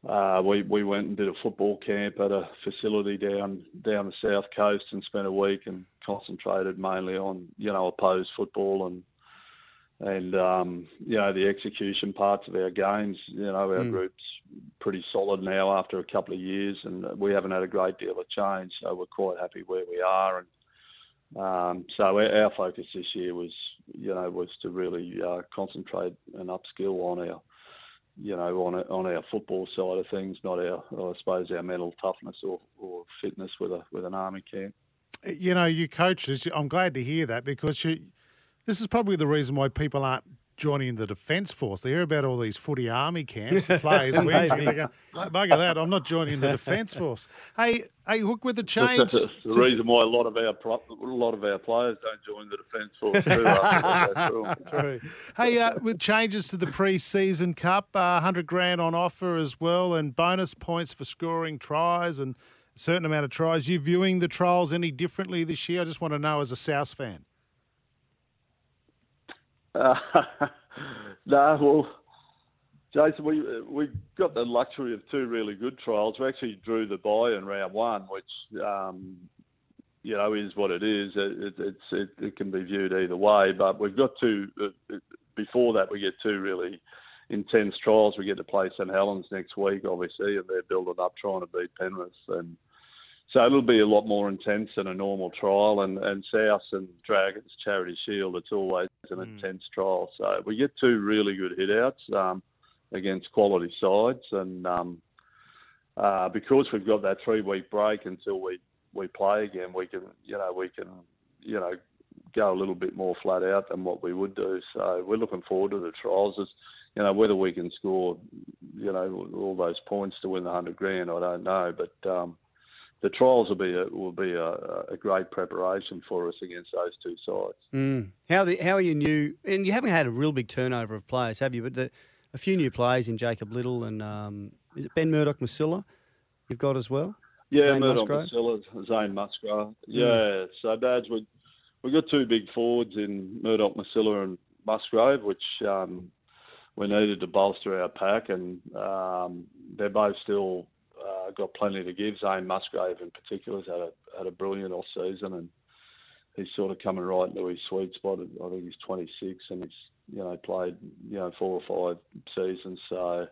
Speaker 6: uh, we we went and did a football camp at a facility down down the south coast and spent a week and concentrated mainly on you know opposed football and and um, you know the execution parts of our games. You know our
Speaker 5: Mm.
Speaker 6: groups pretty solid now after a couple of years, and we haven't had a great deal of change, so we're quite happy where we are. And um, so our, our focus this year was, you know, was to really uh, concentrate and upskill on our, you know, on on our football side of things, not our, I suppose, our mental toughness or, or fitness with a with an army camp.
Speaker 4: You know, you coaches, I'm glad to hear that because you, this is probably the reason why people aren't joining the defence force. They hear about all these footy army camps, and players, and they go, "No, bugger that, I'm not joining the defence force. Hey, hey, hook with the change.
Speaker 6: That's the, the reason why a lot of our pro- a lot of our players don't join the defence force. Too, after they go through.
Speaker 4: Hey, uh, with changes to the pre-season cup, uh, hundred grand on offer as well, and bonus points for scoring tries and a certain amount of tries. You viewing the trials any differently this year? I just want to know as a South fan.
Speaker 6: Uh, no, well, Jason, we we got the luxury of two really good trials. We actually drew the bye in round one, which um, you know is what it is. It, it, it's it, it can be viewed either way, but we've got two. Uh, before that, we get two really intense trials. We get to play St Helens next week, obviously, and they're building up trying to beat Penrith and. So it'll be a lot more intense than a normal trial. And, and South and Dragons Charity Shield, it's always an intense trial. So we get two really good hitouts um, against quality sides. And um, uh, because we've got that three week break until we, we play again, we can, you know, we can, you know, go a little bit more flat out than what we would do. So we're looking forward to the trials. It's, you know, whether we can score, you know, all those points to win the 100 grand, I don't know. But, um, the trials will be a, will be a, a great preparation for us against those two sides.
Speaker 5: How the, how are you new? And you haven't had a real big turnover of players, have you? But the, a few new players in Jacob Little and um, is it Ben Murdoch Masilla you've got as well?
Speaker 6: Yeah,
Speaker 5: Zane
Speaker 6: Murdoch
Speaker 5: Musgrave?
Speaker 6: Musilla, Zane Musgrave. Yeah, so Badge, we we got two big forwards in Murdoch Masilla and Musgrave, which um, we needed to bolster our pack, and um, they're both still uh, got plenty to give. Zane Musgrave, in particular, has had a had a brilliant off season, and he's sort of coming right into his sweet spot. I think he's 26, and he's you know played you know four or five seasons. So,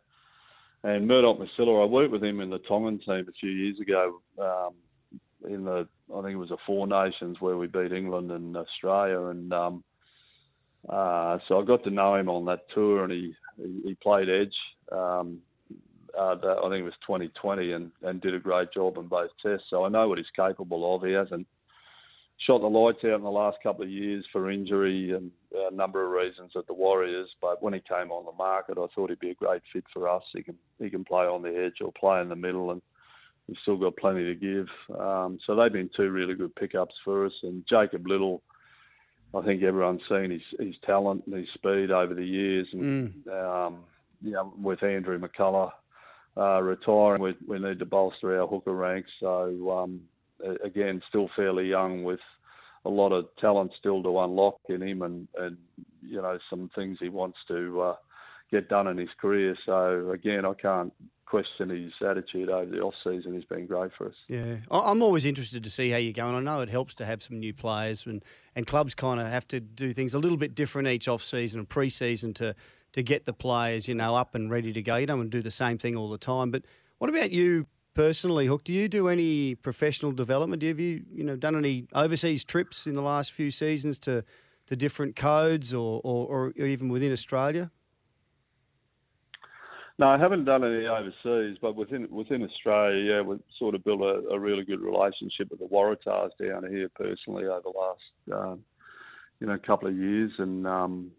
Speaker 6: and Murdoch Masilla, I worked with him in the Tongan team a few years ago. Um, in the I think it was the Four Nations where we beat England and Australia, and um, uh, so I got to know him on that tour, and he he, he played edge. Um, uh, that, I think it was 2020, and, and did a great job in both tests. So I know what he's capable of. He hasn't shot the lights out in the last couple of years for injury and a number of reasons at the Warriors. But when he came on the market, I thought he'd be a great fit for us. He can he can play on the edge or play in the middle, and he's still got plenty to give. Um, so they've been two really good pickups for us. And Jacob Little. I think everyone's seen his, his talent and his speed over the years, and um, you know, with Andrew McCullough uh, retiring, we, we need to bolster our hooker ranks. So um, a- again, still fairly young with a lot of talent still to unlock in him, and, and you know some things he wants to uh, get done in his career. So again, I can't question his attitude over the off season. He's been great for us.
Speaker 5: Yeah, I- I'm always interested to see how you're going. I know it helps to have some new players, and, and clubs kind of have to do things a little bit different each off season and pre season to to get the players you know up and ready to go. You don't want to do the same thing all the time. But what about you personally, Hook? Do you do any professional development? Have you you know done any overseas trips in the last few seasons to to different codes or or, or even within Australia?
Speaker 6: No, I haven't done any overseas, but within within Australia, yeah, we've sort of built a, a really good relationship with the Waratahs down here personally over the last um, you know couple of years, and um,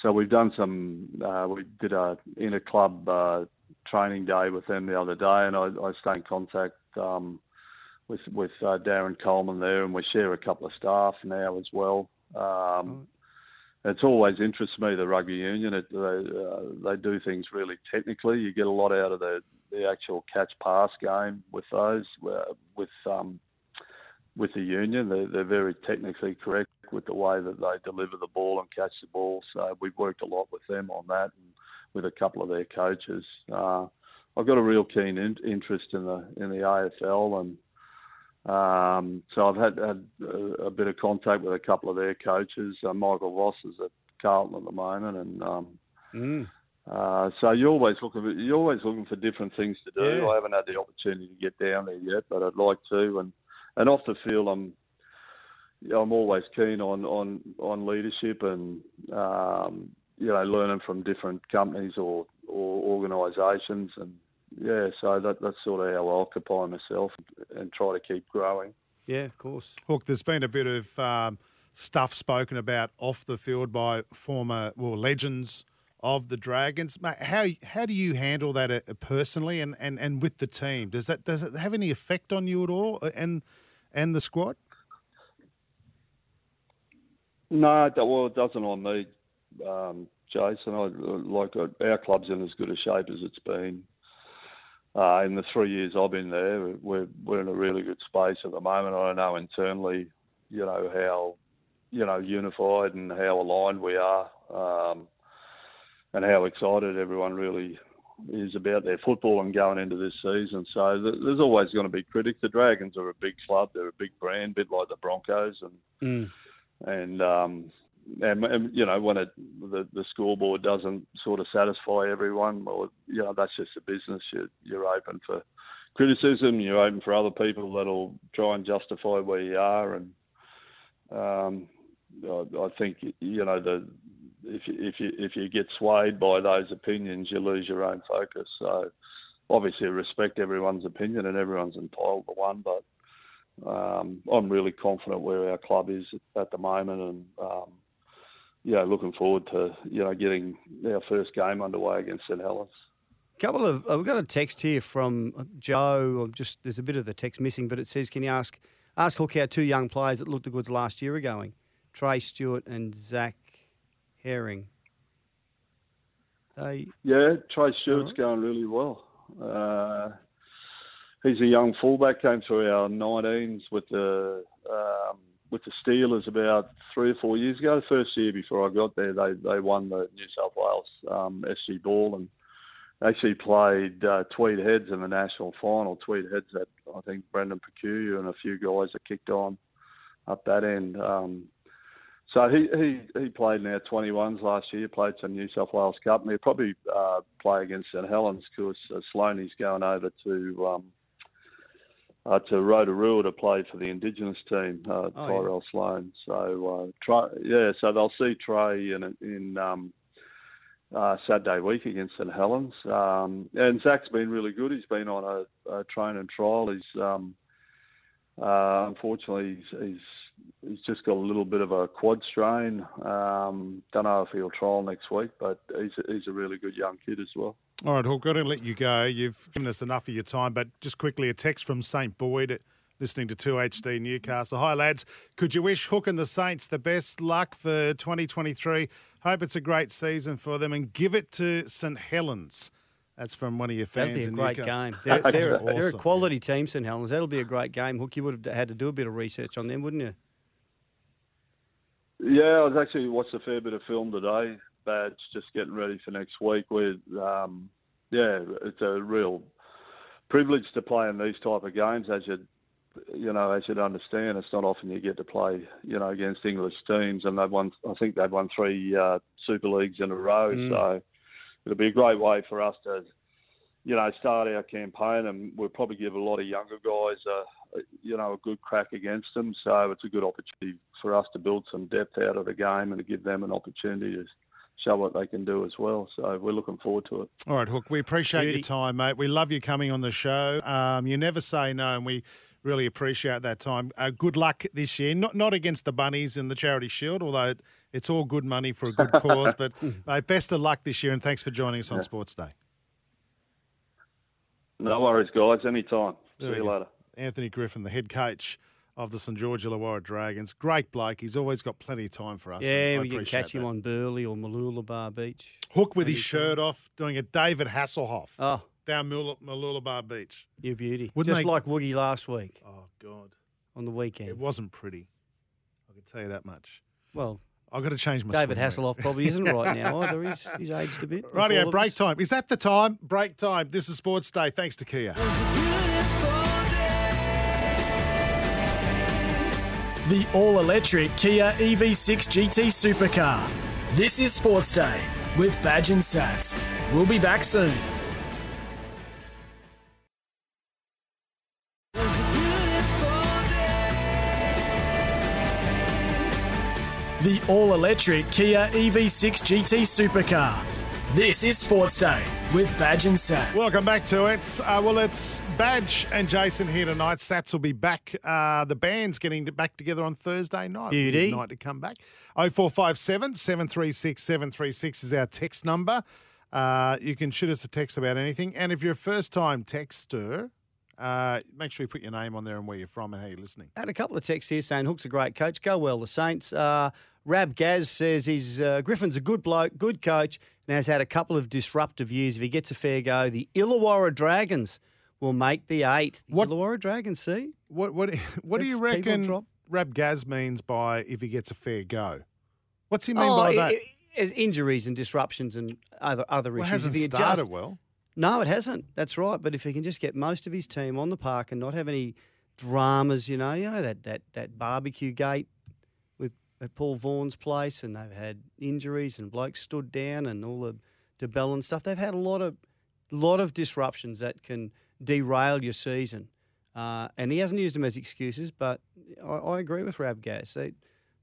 Speaker 6: so we've done some. Uh, we did a inter club uh, training day with them the other day, and I, I stay in contact um, with with uh, Darren Coleman there, and we share a couple of staff now as well. Um, it's always interests me the rugby union. It, they, uh, they do things really technically. You get a lot out of the, the actual catch pass game with those uh, with um, with the union. They're, they're very technically correct with the way that they deliver the ball and catch the ball. So we've worked a lot with them on that and with a couple of their coaches. Uh, I've got a real keen in, interest in the in the AFL and. Um, so I've had, had a, a bit of contact with a
Speaker 5: Mm,
Speaker 6: couple of their coaches. Uh, Michael Voss is at Carlton at the moment, and um, Uh, so you're always looking you're always looking for different things to do.
Speaker 4: Yeah.
Speaker 6: I haven't had the opportunity to get down there yet, but I'd like to. And and off the field, I'm yeah, I'm always keen on on on leadership and um, you know learning from different companies or or organisations and yeah. So that that's sort of how I occupy myself and try to keep growing.
Speaker 5: Yeah, of course.
Speaker 4: Hook, there's been a bit of um, stuff spoken about off the field by former well legends of the Dragons. Mate, how how do you handle that uh, personally and, and, and with the team? Does that does it have any effect on you at all uh, and and the squad?
Speaker 6: No, it do- well, it doesn't on me, um, Jason. I, like uh, our club's in as good a shape as it's been uh, in the three years I've been there. We're we're in a really good space at the moment. I know internally, you know how, you know unified and how aligned we are, um, and how excited everyone really is about their football and going into this season. So th- there's always going to be critics. The Dragons are a big club. They're a big brand, bit like the Broncos and and um, and, and you know when it, the the scoreboard doesn't sort of satisfy everyone, well, you know that's just a business. You're, you're open for criticism. You're open for other people that'll try and justify where you are, and um, I, I think you know the. If you, if you if you get swayed by those opinions, you lose your own focus. So, obviously, I respect everyone's opinion, and everyone's entitled to one. But um, I'm really confident where our club is at the moment, and um, yeah, looking forward to you know getting our first game underway against St Helens.
Speaker 5: Couple of uh, we've got a text here from Joe. or Just there's a bit of the text missing, but it says, "Can you ask ask Hook how two young players that looked the goods last year are going? Trey Stewart and Zach Herring. They
Speaker 6: Yeah, Trey Stewart's going really well. Uh, he's a young fullback. Came through our 19s with the um, with the Steelers about three or four years ago. The first year before I got there, they they won the New South Wales um, SG Ball and actually played uh, Tweed Heads in the national final. Tweed Heads had I think Brendan Peculiar and a few guys that kicked on up that end. Um, so he, he, he played in our 21s last year, played some New South Wales Cup, and he'll probably uh, play against St Helens because uh, Sloaney's going over to um, uh, to Rotorua to play for the Indigenous team, uh,
Speaker 5: yeah.
Speaker 6: Tyrell Sloan. So uh, Trey, yeah, so they'll see Trey in in um, uh, Saturday week against St Helens. Um, and Zach's been really good. He's been on a, a train and trial. He's um, uh, unfortunately, he's, he's he's just got a little bit of a quad strain. Um, don't know if he'll trial next week, but he's a, he's a really good young kid as well.
Speaker 4: All right, Hook, got to let you go. You've given us enough of your time, but just quickly a text from St. Boyd listening to 2HD Newcastle. Hi, lads. Could you wish Hook and the Saints the best luck for 2023? Hope it's a great season for them and give it to St. Helens. That's from one of your
Speaker 5: that'd be
Speaker 4: fans
Speaker 5: a
Speaker 4: in
Speaker 5: great
Speaker 4: Newcastle.
Speaker 5: game. They're, they're,
Speaker 4: Awesome.
Speaker 5: they're a quality team, St Helens. That'll be a great game. Hook, you would have had to do a bit of research on them, wouldn't you?
Speaker 6: Yeah, I was actually watched a fair bit of film today. Badge just getting ready for next week. With um, yeah, it's a real privilege to play in these type of games. As you you know, as you'd understand, it's not often you get to play you know against English teams, and they've won. I think they've won three uh, Super Leagues in a row. So it'll be a great way for us to you know start our campaign, and we'll probably give a lot of younger guys a you know, a good crack against them. So it's a good opportunity for us to build some depth out of the game and to give them an opportunity to show what they can do as well. So we're looking forward to it.
Speaker 4: All right, Hook, we appreciate your
Speaker 5: Beauty.
Speaker 4: time, mate. We love you coming on the show. Um, you never say no, and we really appreciate that time. Uh, good luck this year. Not not against the Bunnies and the Charity Shield, although it, it's all good money for a good cause. But mate, best of luck this year, and thanks for joining us on Sports Day.
Speaker 6: No worries, guys. Anytime. See
Speaker 4: There we
Speaker 6: you
Speaker 4: go.
Speaker 6: later.
Speaker 4: Anthony Griffin, the head coach of the St George Illawarra Dragons. Great bloke. He's always got plenty of time for us. and
Speaker 5: Yeah,
Speaker 4: I
Speaker 5: we can
Speaker 4: appreciate
Speaker 5: catch him
Speaker 4: that.
Speaker 5: on Burley or Malulabar Beach.
Speaker 4: Hook with his shirt off, doing a David Hasselhoff
Speaker 5: Oh,
Speaker 4: down Mool- Mooloolaba Beach.
Speaker 5: you beauty.
Speaker 4: Wouldn't
Speaker 5: Just
Speaker 4: they-
Speaker 5: like Woogie last week
Speaker 4: Oh, God.
Speaker 5: on the
Speaker 4: It
Speaker 5: weekend.
Speaker 4: wasn't pretty. I can tell you that much.
Speaker 5: Well,
Speaker 4: I've got to change my
Speaker 5: David
Speaker 4: swing rate.
Speaker 5: Hasselhoff probably isn't right now either. He's, he's aged a bit. like all
Speaker 4: Radio
Speaker 5: of
Speaker 4: break
Speaker 5: us.
Speaker 4: time. Is that the time? Break time. This is Sports Day. Thanks to Kia.
Speaker 3: E The all electric Kia EV6 GT Supercar. This is Sports Day with Badge and Sats. We'll be back soon. The all electric Kia E EV6 GT Supercar. This is Sports Day with Badge and Sats.
Speaker 4: Welcome back to it. Uh, well, it's Badge and Jason here tonight. Sats will be back. Uh, the band's getting back together on Thursday night.
Speaker 5: Beauty.
Speaker 4: Night to come back. 0457 736 736 is our text number. Uh, you can shoot us a text about anything. And if you're a first time texter, uh, make sure you put your name on there and where you're from and how you're listening.
Speaker 5: Had a couple of texts here saying Hook's a great coach. Go well, the Saints. Uh, Rab Gaz says he's uh, Griffin's a good bloke, good coach, and has had a couple of disruptive years. If he gets a fair go, the Illawarra Dragons will make the eight. The
Speaker 4: What-
Speaker 5: Illawarra Dragons, see?
Speaker 4: What what what do
Speaker 5: That's
Speaker 4: you
Speaker 5: people
Speaker 4: reckon
Speaker 5: drop.
Speaker 4: Rab Gaz means by if he gets a fair go? What's he mean by
Speaker 5: Oh, it-
Speaker 4: that?
Speaker 5: it- it- injuries and disruptions and other other
Speaker 4: well,
Speaker 5: issues.
Speaker 4: hasn't
Speaker 5: If he
Speaker 4: started
Speaker 5: adjusts-
Speaker 4: well.
Speaker 5: No, it hasn't. That's right. But if he can just get most of his team on the park and not have any dramas, you know, you know that that that barbecue gate with at Paul Vaughan's place, and they've had injuries and blokes stood down and all the debell and stuff. They've had a lot of lot of disruptions that can derail your season. Uh, and he hasn't used them as excuses, but I, I agree with Rab Gas. They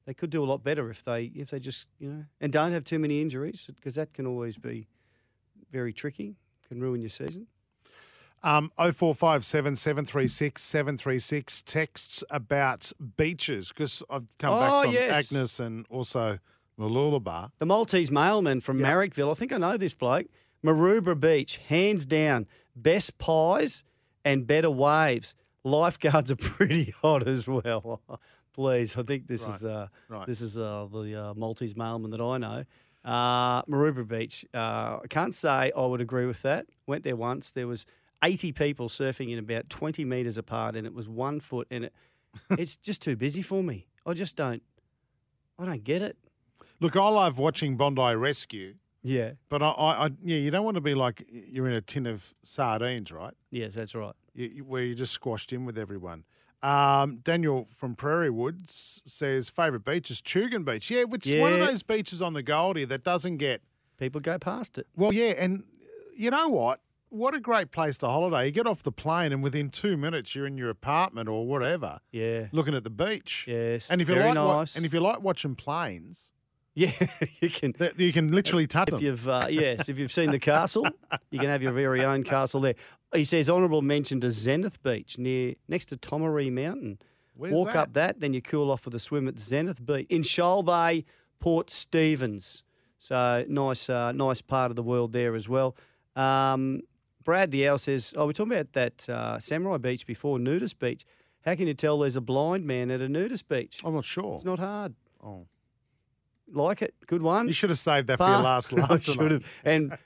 Speaker 5: they could do a lot better if they if they just you know and don't have too many injuries because that can always be very tricky. Can ruin your season.
Speaker 4: Um, 0457 736 736 texts about beaches because I've come
Speaker 5: Oh,
Speaker 4: back from
Speaker 5: yes.
Speaker 4: Agnes and also Malulabar.
Speaker 5: The Maltese mailman from Marrickville. I think I know this bloke. Maroubra Beach, hands down, best pies and better waves. Lifeguards are pretty hot as well. Please, I think this is uh,
Speaker 4: right.
Speaker 5: this is uh, the uh, Maltese mailman that I know. Uh, Maroubra Beach. Uh, I can't say I would agree with that. Went there once. There was 80 people surfing in about 20 meters apart, and it was one foot. And it, it's just too busy for me. I just don't. I don't get it.
Speaker 4: Look, I love watching Bondi Rescue,
Speaker 5: Yeah.
Speaker 4: but I, I, I yeah, you don't want to be like you're in a tin of sardines, right?
Speaker 5: Yes, that's right.
Speaker 4: you, you- where you just squashed in with everyone. Um, Daniel from Prairie Woods says favorite beach is Chugan Beach. Yeah, which is one of
Speaker 5: Yeah.
Speaker 4: those beaches on the Goldie that doesn't get
Speaker 5: People go past it.
Speaker 4: well. Yeah, and uh, you know what? What a great place to holiday. You get off the plane and within two minutes you're in your apartment or whatever,
Speaker 5: Yeah.
Speaker 4: looking at the beach.
Speaker 5: Yes.
Speaker 4: and if you
Speaker 5: very
Speaker 4: like, wa-
Speaker 5: nice.
Speaker 4: and if you like watching planes,
Speaker 5: yeah, you can.
Speaker 4: that you can literally touch
Speaker 5: If
Speaker 4: them.
Speaker 5: you've uh, yes, if you've seen the castle, you can have your very own castle there. He says honourable mention to Zenith Beach near next to Tomaree Mountain.
Speaker 4: Where's
Speaker 5: Walk
Speaker 4: that?
Speaker 5: up that, then you cool off with a swim at Zenith Beach in Shoal Bay, Port Stevens. So nice, uh, nice part of the world there as well. Um, Brad the Owl says, "Oh, we're talking about that uh, Samurai Beach before Nudist Beach. How can you tell there's a blind man at a nudist beach?
Speaker 4: I'm not sure.
Speaker 5: It's not hard.
Speaker 4: Oh.
Speaker 5: Like it, good one.
Speaker 4: You should have saved that for your
Speaker 5: Far-
Speaker 4: last
Speaker 5: I
Speaker 4: laugh.
Speaker 5: should
Speaker 4: tonight.
Speaker 5: have. And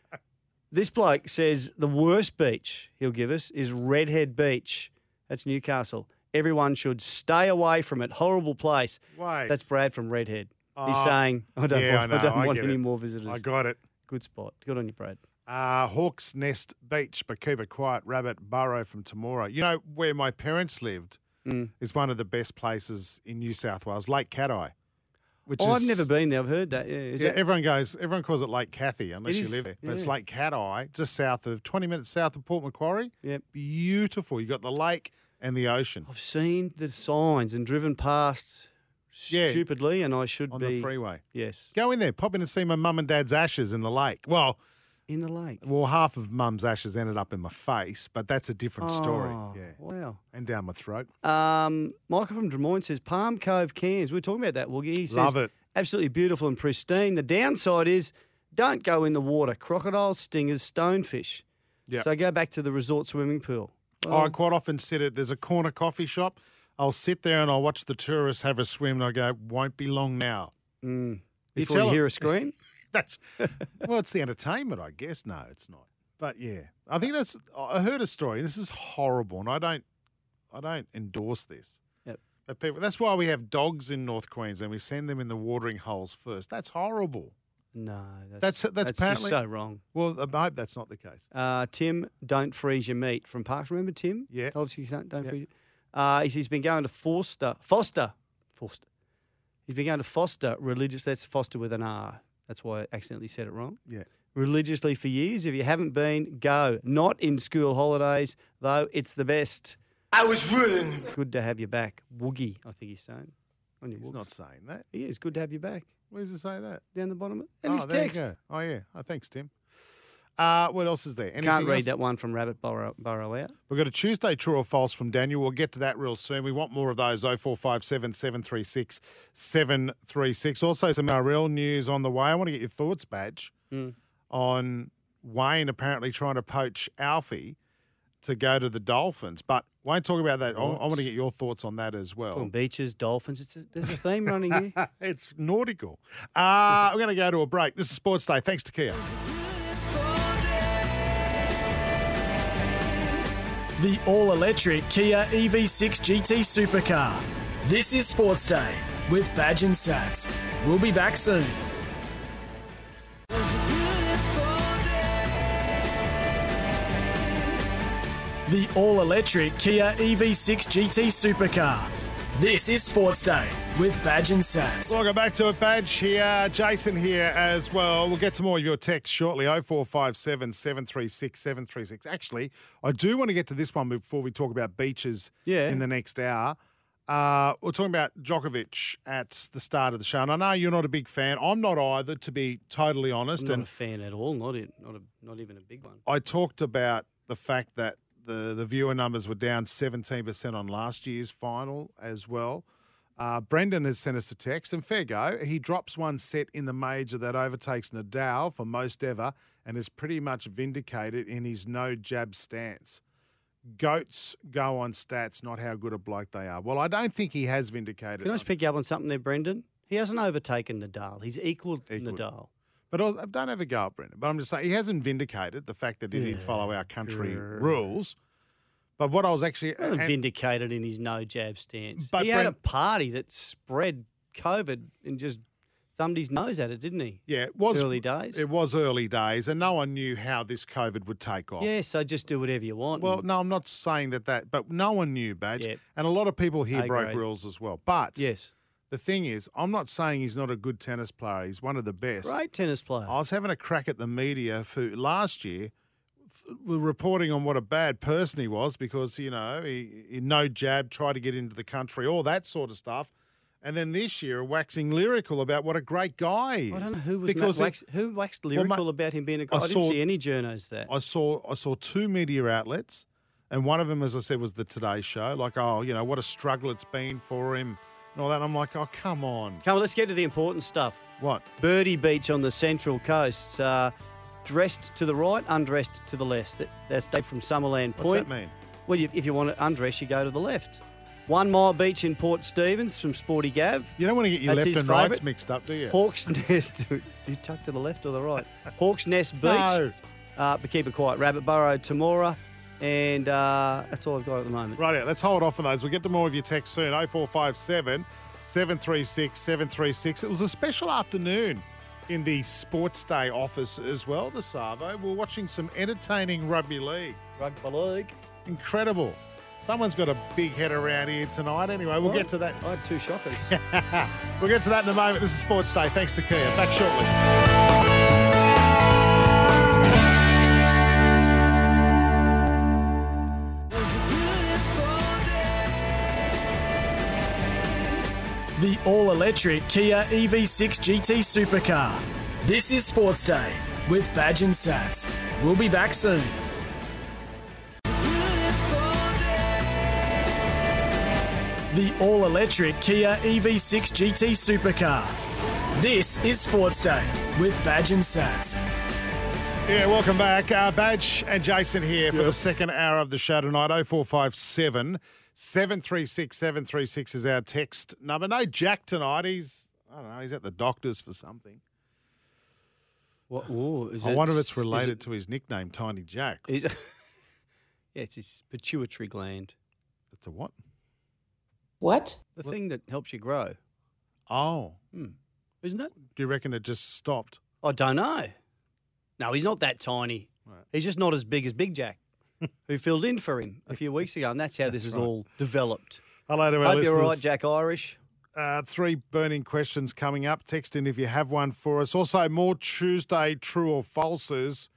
Speaker 5: this bloke says the worst beach he'll give us is Redhead Beach. That's Newcastle. Everyone should stay away from it. Horrible place.
Speaker 4: Wait.
Speaker 5: That's Brad from Redhead. He's
Speaker 4: Oh,
Speaker 5: saying, I don't
Speaker 4: yeah,
Speaker 5: want,
Speaker 4: I
Speaker 5: I
Speaker 4: know.
Speaker 5: don't
Speaker 4: I
Speaker 5: want
Speaker 4: get
Speaker 5: any
Speaker 4: it.
Speaker 5: more visitors.
Speaker 4: I got it.
Speaker 5: Good spot. Good on you, Brad.
Speaker 4: Uh, Hawks Nest Beach, but keep it quiet. Rabbit Burrow from Tamora. You know where my parents lived
Speaker 5: Mm.
Speaker 4: is one of the best places in New South Wales, Lake Cat Eye. Which
Speaker 5: Oh, I've
Speaker 4: is-
Speaker 5: never been there. I've heard that. Yeah, is
Speaker 4: Yeah,
Speaker 5: that-
Speaker 4: everyone goes. Everyone calls it Lake Cathy unless
Speaker 5: It
Speaker 4: you
Speaker 5: is,
Speaker 4: live there. But it's
Speaker 5: yeah.
Speaker 4: Lake Cat Eye, just south of twenty minutes south of Port Macquarie.
Speaker 5: Yep.
Speaker 4: Beautiful. You got the lake and the ocean
Speaker 5: I've seen the signs and driven past
Speaker 4: Yeah.
Speaker 5: stupidly, and I should
Speaker 4: on
Speaker 5: be.
Speaker 4: the freeway.
Speaker 5: Yes.
Speaker 4: Go in there, pop in and see my mum and dad's ashes in the lake. Well,
Speaker 5: In the lake.
Speaker 4: well, half of mum's ashes ended up in my face, but that's a different story.
Speaker 5: Oh,
Speaker 4: Yeah,
Speaker 5: Wow.
Speaker 4: and down my throat.
Speaker 5: Um, Michael from Des Moines says Palm Cove, Cairns. We are talking about that, Woogie. He says,
Speaker 4: Love it.
Speaker 5: Absolutely beautiful and pristine. The downside is don't go in the water. Crocodiles, stingers, stonefish.
Speaker 4: Yep.
Speaker 5: So go back to the resort swimming pool.
Speaker 4: I quite often sit at there's a corner coffee shop. I'll sit there and I'll watch the tourists have a swim, and I go, "Won't be long now."
Speaker 5: Mm.
Speaker 4: You
Speaker 5: Before you,
Speaker 4: tell 'em.
Speaker 5: hear a scream.
Speaker 4: That's well, it's the entertainment, I guess. No, it's not. But yeah, I think that's. I heard a story. This is horrible, and I don't, I don't endorse this.
Speaker 5: Yep.
Speaker 4: But people, that's why we have dogs in North Queensland. We send them in the watering holes first. That's horrible.
Speaker 5: no, that's
Speaker 4: That's- that's
Speaker 5: just
Speaker 4: apparently-
Speaker 5: so wrong.
Speaker 4: Well, I hope that's not the case.
Speaker 5: Uh, Tim, don't freeze your meat from Parks. Remember Tim?
Speaker 4: Yeah.
Speaker 5: Told us you don't, don't
Speaker 4: Yeah.
Speaker 5: freeze. Uh, he's, he's been going to Forster, Foster, Forster. He's been going to Foster religious. That's Foster with an R. That's why I accidentally said it wrong.
Speaker 4: Yeah.
Speaker 5: Religiously for years. If you haven't been, go. Not in school holidays, though it's the best.
Speaker 7: I was ruined.
Speaker 5: Good to have you back. Woogie, I think he's saying. On your
Speaker 4: He's
Speaker 5: Woogs.
Speaker 4: not saying that.
Speaker 5: He is. Good to have you back.
Speaker 4: Where does it say that?
Speaker 5: Down the bottom of and
Speaker 4: oh,
Speaker 5: his
Speaker 4: there
Speaker 5: text.
Speaker 4: You go. Oh, yeah. Oh, thanks, Tim. Uh, what else is there? Anything
Speaker 5: Can't read
Speaker 4: else?
Speaker 5: that one from Rabbit Burrow, Burrow out.
Speaker 4: We've got a Tuesday true or false from Daniel. We'll get to that real soon. We want more of those 0457 736 736. Also, some NRL news on the way. I want to get your thoughts, Badge, on Wayne apparently trying to poach Alfie to go to the Dolphins. But won't talk about that. I, I want to get your thoughts on that as well.
Speaker 5: On beaches, dolphins. It's a, there's a theme running here.
Speaker 4: it's nautical. Uh, we're going to go to a break. This is Sports Day. Thanks to Kia.
Speaker 3: The all electric Kia E EV6 GT Supercar. This is Sports Day with Badge and Sats. We'll be back soon. The all electric Kia E EV6 GT Supercar. This is Sports Day with Badge and Sats.
Speaker 4: Welcome back to it, Badge here. Jason here as well. We'll get to more of your texts shortly 0457 736 736. Actually, I do want to get to this one before we talk about beaches
Speaker 5: Yeah.
Speaker 4: in the next hour. Uh, we're talking about Djokovic at the start of the show. And I know you're not a big fan. I'm not either, to be totally honest.
Speaker 5: I'm not a
Speaker 4: and
Speaker 5: fan at all. Not it. Not a. Not even a big one.
Speaker 4: I talked about the fact that the, the viewer numbers were down 17% on last year's final as well. Uh, Brendan has sent us a text, and fair go. He drops one set in the major that overtakes Nadal for most ever and is pretty much vindicated in his no jab stance. Goats go on stats, not how good a bloke they are. Well, I don't think he has vindicated.
Speaker 5: Can I
Speaker 4: on-
Speaker 5: just pick you up on something there, Brendan? He hasn't overtaken Nadal. He's equaled
Speaker 4: Equaled.
Speaker 5: Nadal.
Speaker 4: But I don't have a go at Brendan. But I'm just saying he hasn't vindicated the fact that he did follow our country
Speaker 5: correct.
Speaker 4: rules. But what I was actually
Speaker 5: He wasn't
Speaker 4: and-
Speaker 5: vindicated in his no jab stance.
Speaker 4: But
Speaker 5: he had a
Speaker 4: Bren-
Speaker 5: party that spread COVID and just thumbed his nose at it, didn't he?
Speaker 4: Yeah, it was
Speaker 5: Early days.
Speaker 4: It was early days, and no one knew how this COVID would take off.
Speaker 5: Yeah, so just do whatever you want.
Speaker 4: Oh. Well,
Speaker 5: and-
Speaker 4: no, I'm not saying that that, but no one knew, Badge,
Speaker 5: Yep.
Speaker 4: and a lot of people here
Speaker 5: A
Speaker 4: broke
Speaker 5: grade.
Speaker 4: rules as well. But
Speaker 5: yes,
Speaker 4: the thing is, I'm not saying he's not a good tennis player. He's one of the best.
Speaker 5: great tennis player.
Speaker 4: I was having a crack at the media for last year. th- We're reporting on what a bad person he was because you know he, he no jab, tried to get into the country, all that sort of stuff, and then this year waxing lyrical about what a great guy he is.
Speaker 5: I don't know who was
Speaker 4: because it-
Speaker 5: wax, who waxed
Speaker 4: Well, mate,
Speaker 5: lyrical about him being a guy.
Speaker 4: I
Speaker 5: I, didn't
Speaker 4: saw-
Speaker 5: see any journos that.
Speaker 4: I saw I saw two media outlets, and one of them, as I said, was the Today Show. Like, oh, you know, what a struggle it's been for him and all that. And I'm like, oh, come on,
Speaker 5: Come on, let's get to the important stuff.
Speaker 4: what?
Speaker 5: Birdie Beach on the Central Coast. Uh, dressed to the right, undressed to the left. That, that's Dave from Summerland
Speaker 4: What's
Speaker 5: Point.
Speaker 4: that mean?
Speaker 5: Well, you, if you want to undress, you go to the left. One Mile Beach in Port Stevens from Sporty Gav.
Speaker 4: You don't want to get your
Speaker 5: That's
Speaker 4: left
Speaker 5: his
Speaker 4: and rights
Speaker 5: favourite.
Speaker 4: mixed up, do you?
Speaker 5: Hawks Nest. you tuck to the left or the right? Hawks Nest Beach.
Speaker 4: No.
Speaker 5: Uh, but keep it quiet. Rabbit Burrow, Tamora. And uh, that's all I've got at the moment.
Speaker 4: Right out. Let's hold off on those. We'll get to more of your text soon. 0457 736 736. It was a special afternoon in the Sports Day office as well, the Savo. We're watching some entertaining rugby league.
Speaker 5: Rugby league.
Speaker 4: Incredible. Someone's got a big head around here tonight. Anyway, we'll get to that.
Speaker 5: I had two shockers.
Speaker 4: We'll get to that in a moment. This is Sports Day. Thanks to Kia. Back shortly.
Speaker 3: The all electric Kia E EV6 GT Supercar. This is Sports Day with Badge and Sats. We'll be back soon. The all electric Kia E EV6 GT Supercar. This is Sports Day with Badge and Sats.
Speaker 4: Yeah, welcome back. Uh, Badge and Jason here for the second hour of the show tonight. 0457 736 736 is our text number. No Jack tonight. He's, I don't know, he's at the doctor's for something.
Speaker 5: What, ooh, is
Speaker 4: I
Speaker 5: it-
Speaker 4: wonder if
Speaker 5: is
Speaker 4: it's
Speaker 5: it-
Speaker 4: related to his nickname, Tiny Jack.
Speaker 5: Is, yeah, it's his pituitary gland.
Speaker 4: It's a what?
Speaker 8: What?
Speaker 5: The thing that helps you grow,
Speaker 4: Oh,
Speaker 5: isn't it?
Speaker 4: do you reckon it just stopped?
Speaker 5: I don't know. No, he's not that tiny.
Speaker 4: Right.
Speaker 5: He's just not as big as Big Jack, who filled in for him a few weeks ago, and that's how this is all developed.
Speaker 4: Hello to our
Speaker 5: Hope you're all right,
Speaker 4: listeners.
Speaker 5: Jack Irish.
Speaker 4: uh, three burning questions coming up. Text in if you have one for us. Also, more Tuesday true or falses.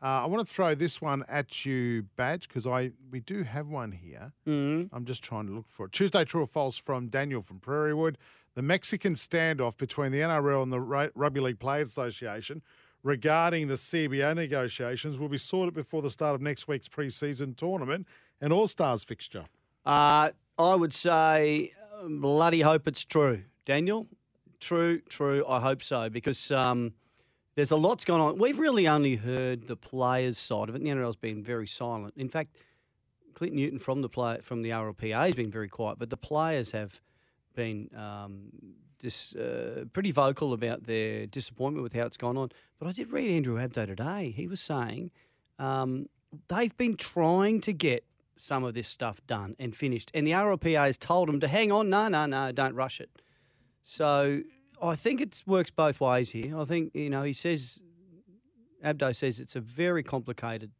Speaker 4: Uh, I want to throw this one at you, Badge, because I we do have one here.
Speaker 5: Mm.
Speaker 4: I'm just trying to look for it. Tuesday true or false from Daniel from Prairie Wood. The Mexican standoff between the NRL and the Ru- Rugby League Players Association regarding the CBA negotiations will be sorted before the start of next week's preseason tournament and All Stars fixture.
Speaker 5: Uh, I would say, uh, bloody hope it's true, Daniel. True, true. I hope so because um, there's a lot's gone on. We've really only heard the players' side of it. And the NRL's been very silent. In fact, Clint Newton from the play, from the RLPA has been very quiet, but the players have been um, just uh, pretty vocal about their disappointment with how it's gone on. But I did read Andrew Abdo today. He was saying um, they've been trying to get some of this stuff done and finished, and the RLPA has told them to hang on. No, no, no, don't rush it. So I think it works both ways here. I think you know he says Abdo says it's a very complicated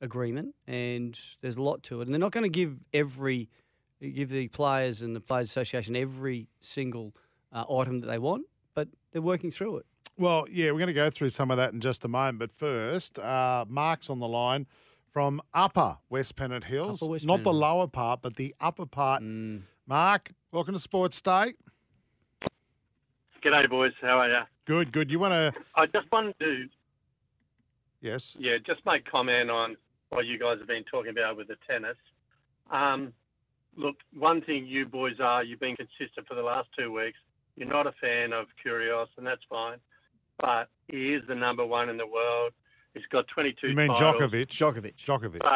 Speaker 5: agreement and there's a lot to it. And they're not going to give every give the players and the players association every single uh, item that they want, but they're working through it.
Speaker 4: Well, yeah, we're going to go through some of that in just a moment. But first, uh, Mark's on the line from Upper West Pennant Hills,
Speaker 5: Upper West
Speaker 4: not the
Speaker 5: Pennant.
Speaker 4: lower part, but the upper part. Mark, welcome to Sports Day.
Speaker 7: G'day, boys. How are you?
Speaker 4: Good, good. You want to?
Speaker 7: I just wanted to,
Speaker 4: Yes.
Speaker 7: yeah, just make comment on what you guys have been talking about with the tennis. Um, look, one thing you boys are, you've been consistent for the last two weeks. You're not a fan of Curios, and that's fine. But he is the number one in the world. He's got 22
Speaker 4: You mean
Speaker 7: titles.
Speaker 4: Djokovic?
Speaker 5: Djokovic.
Speaker 4: Djokovic.
Speaker 7: But,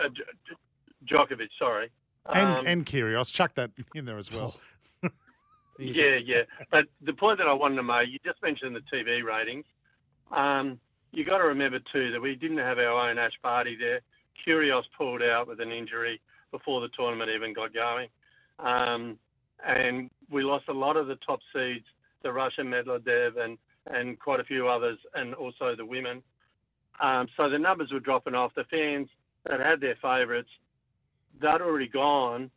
Speaker 7: uh, Dj- Dj- Djokovic, sorry.
Speaker 4: and
Speaker 7: Um,
Speaker 4: and Kyrgios. Chuck that in there as well.
Speaker 5: Oh.
Speaker 7: Yeah, yeah. But the point that I wanted to make, you just mentioned the TV ratings. Um, you got to remember too that we didn't have our own Ash Party there. Curios pulled out with an injury before the tournament even got going, um, and we lost a lot of the top seeds, the Russian Medvedev and and quite a few others, and also the women. Um, so the numbers were dropping off. The fans that had their favourites, they'd already gone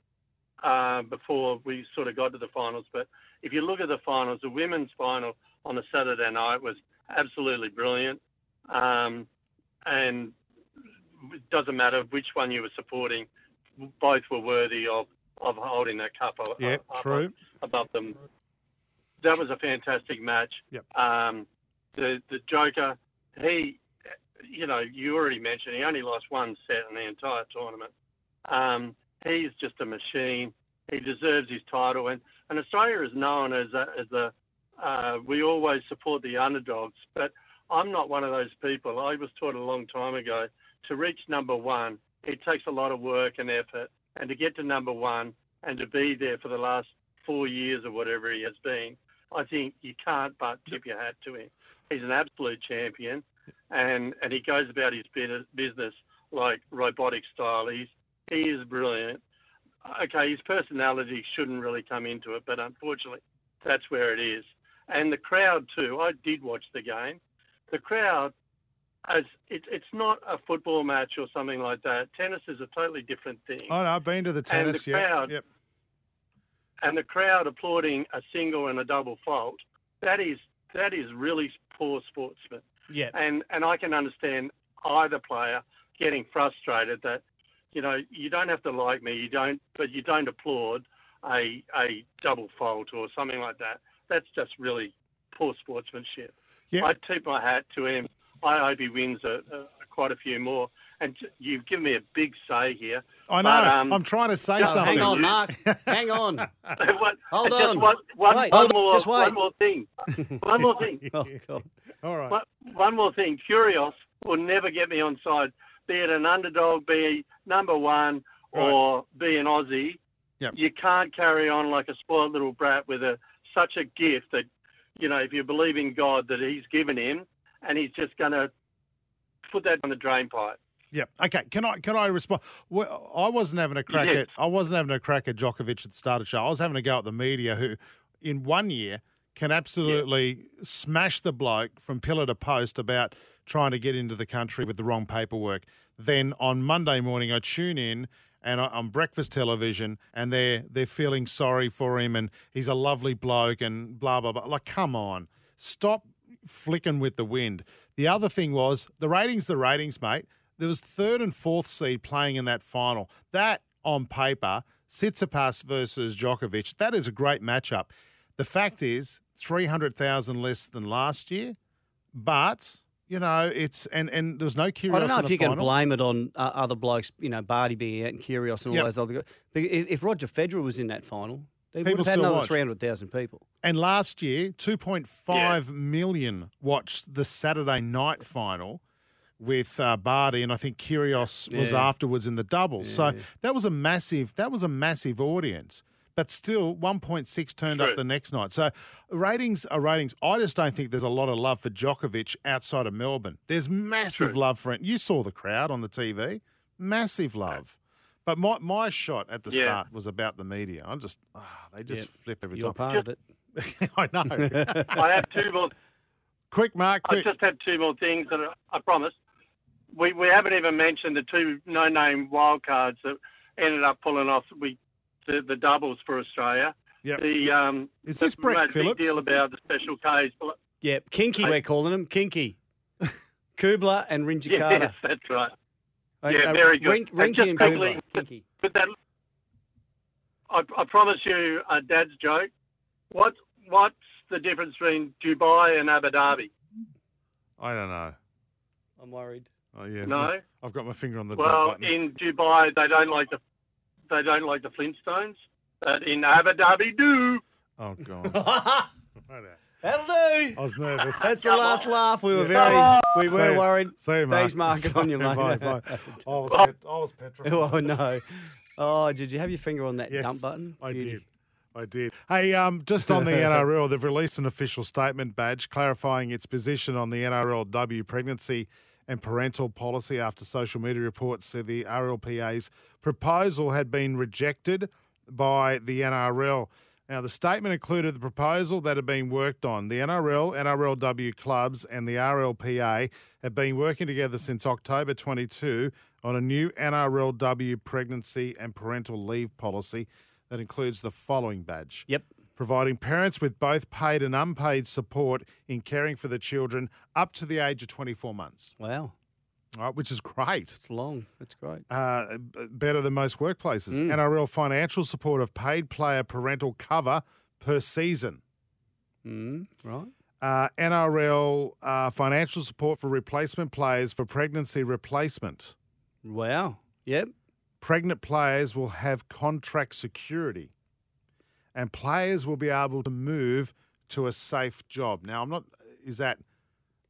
Speaker 7: uh, before we sort of got to the finals. But if you look at the finals, the women's final on a Saturday night was absolutely brilliant. Um, and it doesn't matter which one you were supporting, both were worthy of, of holding that cup up,
Speaker 4: Yeah,
Speaker 7: up-
Speaker 4: true.
Speaker 7: above them. That was a fantastic match.
Speaker 4: Yep.
Speaker 7: Um, the, the Joker, he, you know, you already mentioned he only lost one set in the entire tournament. Um, he's just a machine. He deserves his title, and, and Australia is known as a, as a uh, we always support the underdogs. But I'm not one of those people. I was taught a long time ago to reach number one, it takes a lot of work and effort, and to get to number one and to be there for the last four years or whatever he has been, I think you can't but tip your hat to him. He's an absolute champion, and and he goes about his bus- business like robotic style. He's he is brilliant. Okay, his personality shouldn't really come into it, but unfortunately, that's where it is. And the crowd too. I did watch the game. The crowd, as it, it's not a football match or something like that. Tennis is a totally different thing.
Speaker 4: Oh no, I've been to the tennis. yep,
Speaker 7: crowd-
Speaker 4: yep.
Speaker 7: and the crowd applauding a single and a double fault, that is that is really poor sportsman.
Speaker 5: Yeah.
Speaker 7: And and I can understand either player getting frustrated that, you know, you don't have to like me, you don't, but you don't applaud a a double fault or something like that. That's just really poor sportsmanship.
Speaker 4: Yeah.
Speaker 7: I tip my hat to him. I hope he wins a, a, quite a few more. And t- you've given me a big say here.
Speaker 4: I know.
Speaker 7: But, um,
Speaker 4: I'm trying to say
Speaker 7: no, hang
Speaker 4: something.
Speaker 5: "Oh, Hang on, Mark. Hang on.
Speaker 7: One-
Speaker 5: Hold
Speaker 7: just
Speaker 5: on.
Speaker 7: One, one,
Speaker 5: Wait,
Speaker 7: one more,
Speaker 5: just wait.
Speaker 7: one more thing. One more thing.
Speaker 5: Oh, God.
Speaker 4: All right.
Speaker 7: One, one more thing. Curios will never get me on side, be it an underdog, be number one, or be an Aussie.
Speaker 4: Yep.
Speaker 7: You can't carry on like a spoiled little brat with a such a gift that, you know, if you believe in God that He's given him, and He's just going to put that on the drain pipe.
Speaker 4: Yep. Okay. Can I can I respond? Well, I wasn't having a crack
Speaker 7: Yes.
Speaker 4: at I wasn't having a crack at Djokovic at the start of the show. I was having a go at the media who, in one year, can absolutely smash the bloke from pillar to post about trying to get into the country with the wrong paperwork. Then on Monday morning, I tune in and on- on breakfast television, and they're they're feeling sorry for him, and he's a lovely bloke, and blah blah blah. Like, come on, stop flicking with the wind. The other thing was the ratings, the ratings, mate. There was third and fourth seed playing in that final. That on paper, Tsitsipas versus Djokovic. That is a great matchup. The fact is, three hundred thousand less than last year, but. You know, it's and and there was no Kyrgios.
Speaker 5: I don't know
Speaker 4: in
Speaker 5: if
Speaker 4: the
Speaker 5: you can
Speaker 4: final.
Speaker 5: blame it on uh, other blokes, you know, Barty being out and Kyrgios and all
Speaker 4: Yep.
Speaker 5: those other guys. But if, if Roger Federer was in that final, they would
Speaker 4: People
Speaker 5: have had
Speaker 4: still
Speaker 5: another
Speaker 4: watch.
Speaker 5: 300,000 people.
Speaker 4: And last year, 2.5 million watched the Saturday night final with uh, Barty, and I think Kyrgios was
Speaker 5: Yeah.
Speaker 4: afterwards in the doubles. So that was a massive that was a massive audience. But still, 1.6 turned up
Speaker 7: True.
Speaker 4: the next night. So ratings are ratings. I just don't think there's a lot of love for Djokovic outside of Melbourne. There's massive
Speaker 7: True.
Speaker 4: love for it. You saw the crowd on the TV, massive love. But my, my shot at the
Speaker 7: Yeah.
Speaker 4: start was about the media. I'm just, ah, they just flip every
Speaker 5: You're
Speaker 4: time.
Speaker 5: part of it.
Speaker 4: I know.
Speaker 7: I have two more.
Speaker 4: quick, Mark,
Speaker 7: I
Speaker 4: quick.
Speaker 7: just had two more things, and I promise. We we haven't even mentioned the two no-name wildcards that ended up pulling off we the, the doubles for Australia.
Speaker 4: Yep.
Speaker 7: The um,
Speaker 4: Is this
Speaker 7: that
Speaker 4: Brett
Speaker 7: made a
Speaker 4: Phillips?
Speaker 7: Big deal about the special case. but-
Speaker 5: Yeah, Kinky, we're calling him. Kinky. Kubler and Rinjikata.
Speaker 7: Yes, that's right. yeah, very
Speaker 5: Rink,
Speaker 7: good. And
Speaker 5: uh, Rinky
Speaker 7: just
Speaker 5: and
Speaker 7: quickly-
Speaker 5: Kubler. Kinky.
Speaker 7: But that, I, I promise you, a dad's joke. What what's the difference between Dubai and Abu Dhabi?
Speaker 4: I don't know.
Speaker 5: I'm worried.
Speaker 4: Oh yeah.
Speaker 7: No.
Speaker 4: I've got my finger on the dumb
Speaker 7: Well,
Speaker 4: button.
Speaker 7: in Dubai, they don't like the they don't like the Flintstones, but in Abu Dhabi, do.
Speaker 4: oh god.
Speaker 5: That'll
Speaker 4: Right out.
Speaker 5: do.
Speaker 4: I was nervous.
Speaker 5: That's the last laugh. We were
Speaker 4: Come
Speaker 7: Oh,
Speaker 5: very, we
Speaker 4: See
Speaker 5: were
Speaker 4: ya.
Speaker 5: worried.
Speaker 4: See you, Mark.
Speaker 5: Thanks, Mark. on your mate.
Speaker 4: Bye, bye. I was pet- I was petrified.
Speaker 5: Oh no. Oh, did you have your finger on that
Speaker 4: Yes,
Speaker 5: dump button?
Speaker 4: I
Speaker 5: Beauty.
Speaker 4: did. I did. Hey, um, just on the NRL, they've released an official statement badge clarifying its position on the NRLW pregnancy and parental policy after social media reports said the RLPA's proposal had been rejected by the NRL. Now, the statement included the proposal that had been worked on. The NRL, NRLW clubs, and the RLPA have been working together since October 22 on a new NRLW pregnancy and parental leave policy that includes the following badge
Speaker 5: Yep.
Speaker 4: providing parents with both paid and unpaid support in caring for the children up to the age of 24 months,
Speaker 5: Wow.
Speaker 4: all right, which is great.
Speaker 5: It's long. That's great.
Speaker 4: Uh, b- better than most workplaces. NRL financial support of paid player parental cover per season.
Speaker 5: Mm, right.
Speaker 4: Uh, NRL uh, financial support for replacement players for pregnancy replacement.
Speaker 5: Wow. Yep.
Speaker 4: Pregnant players will have contract security and players will be able to move to a safe job. Now, I'm not, is that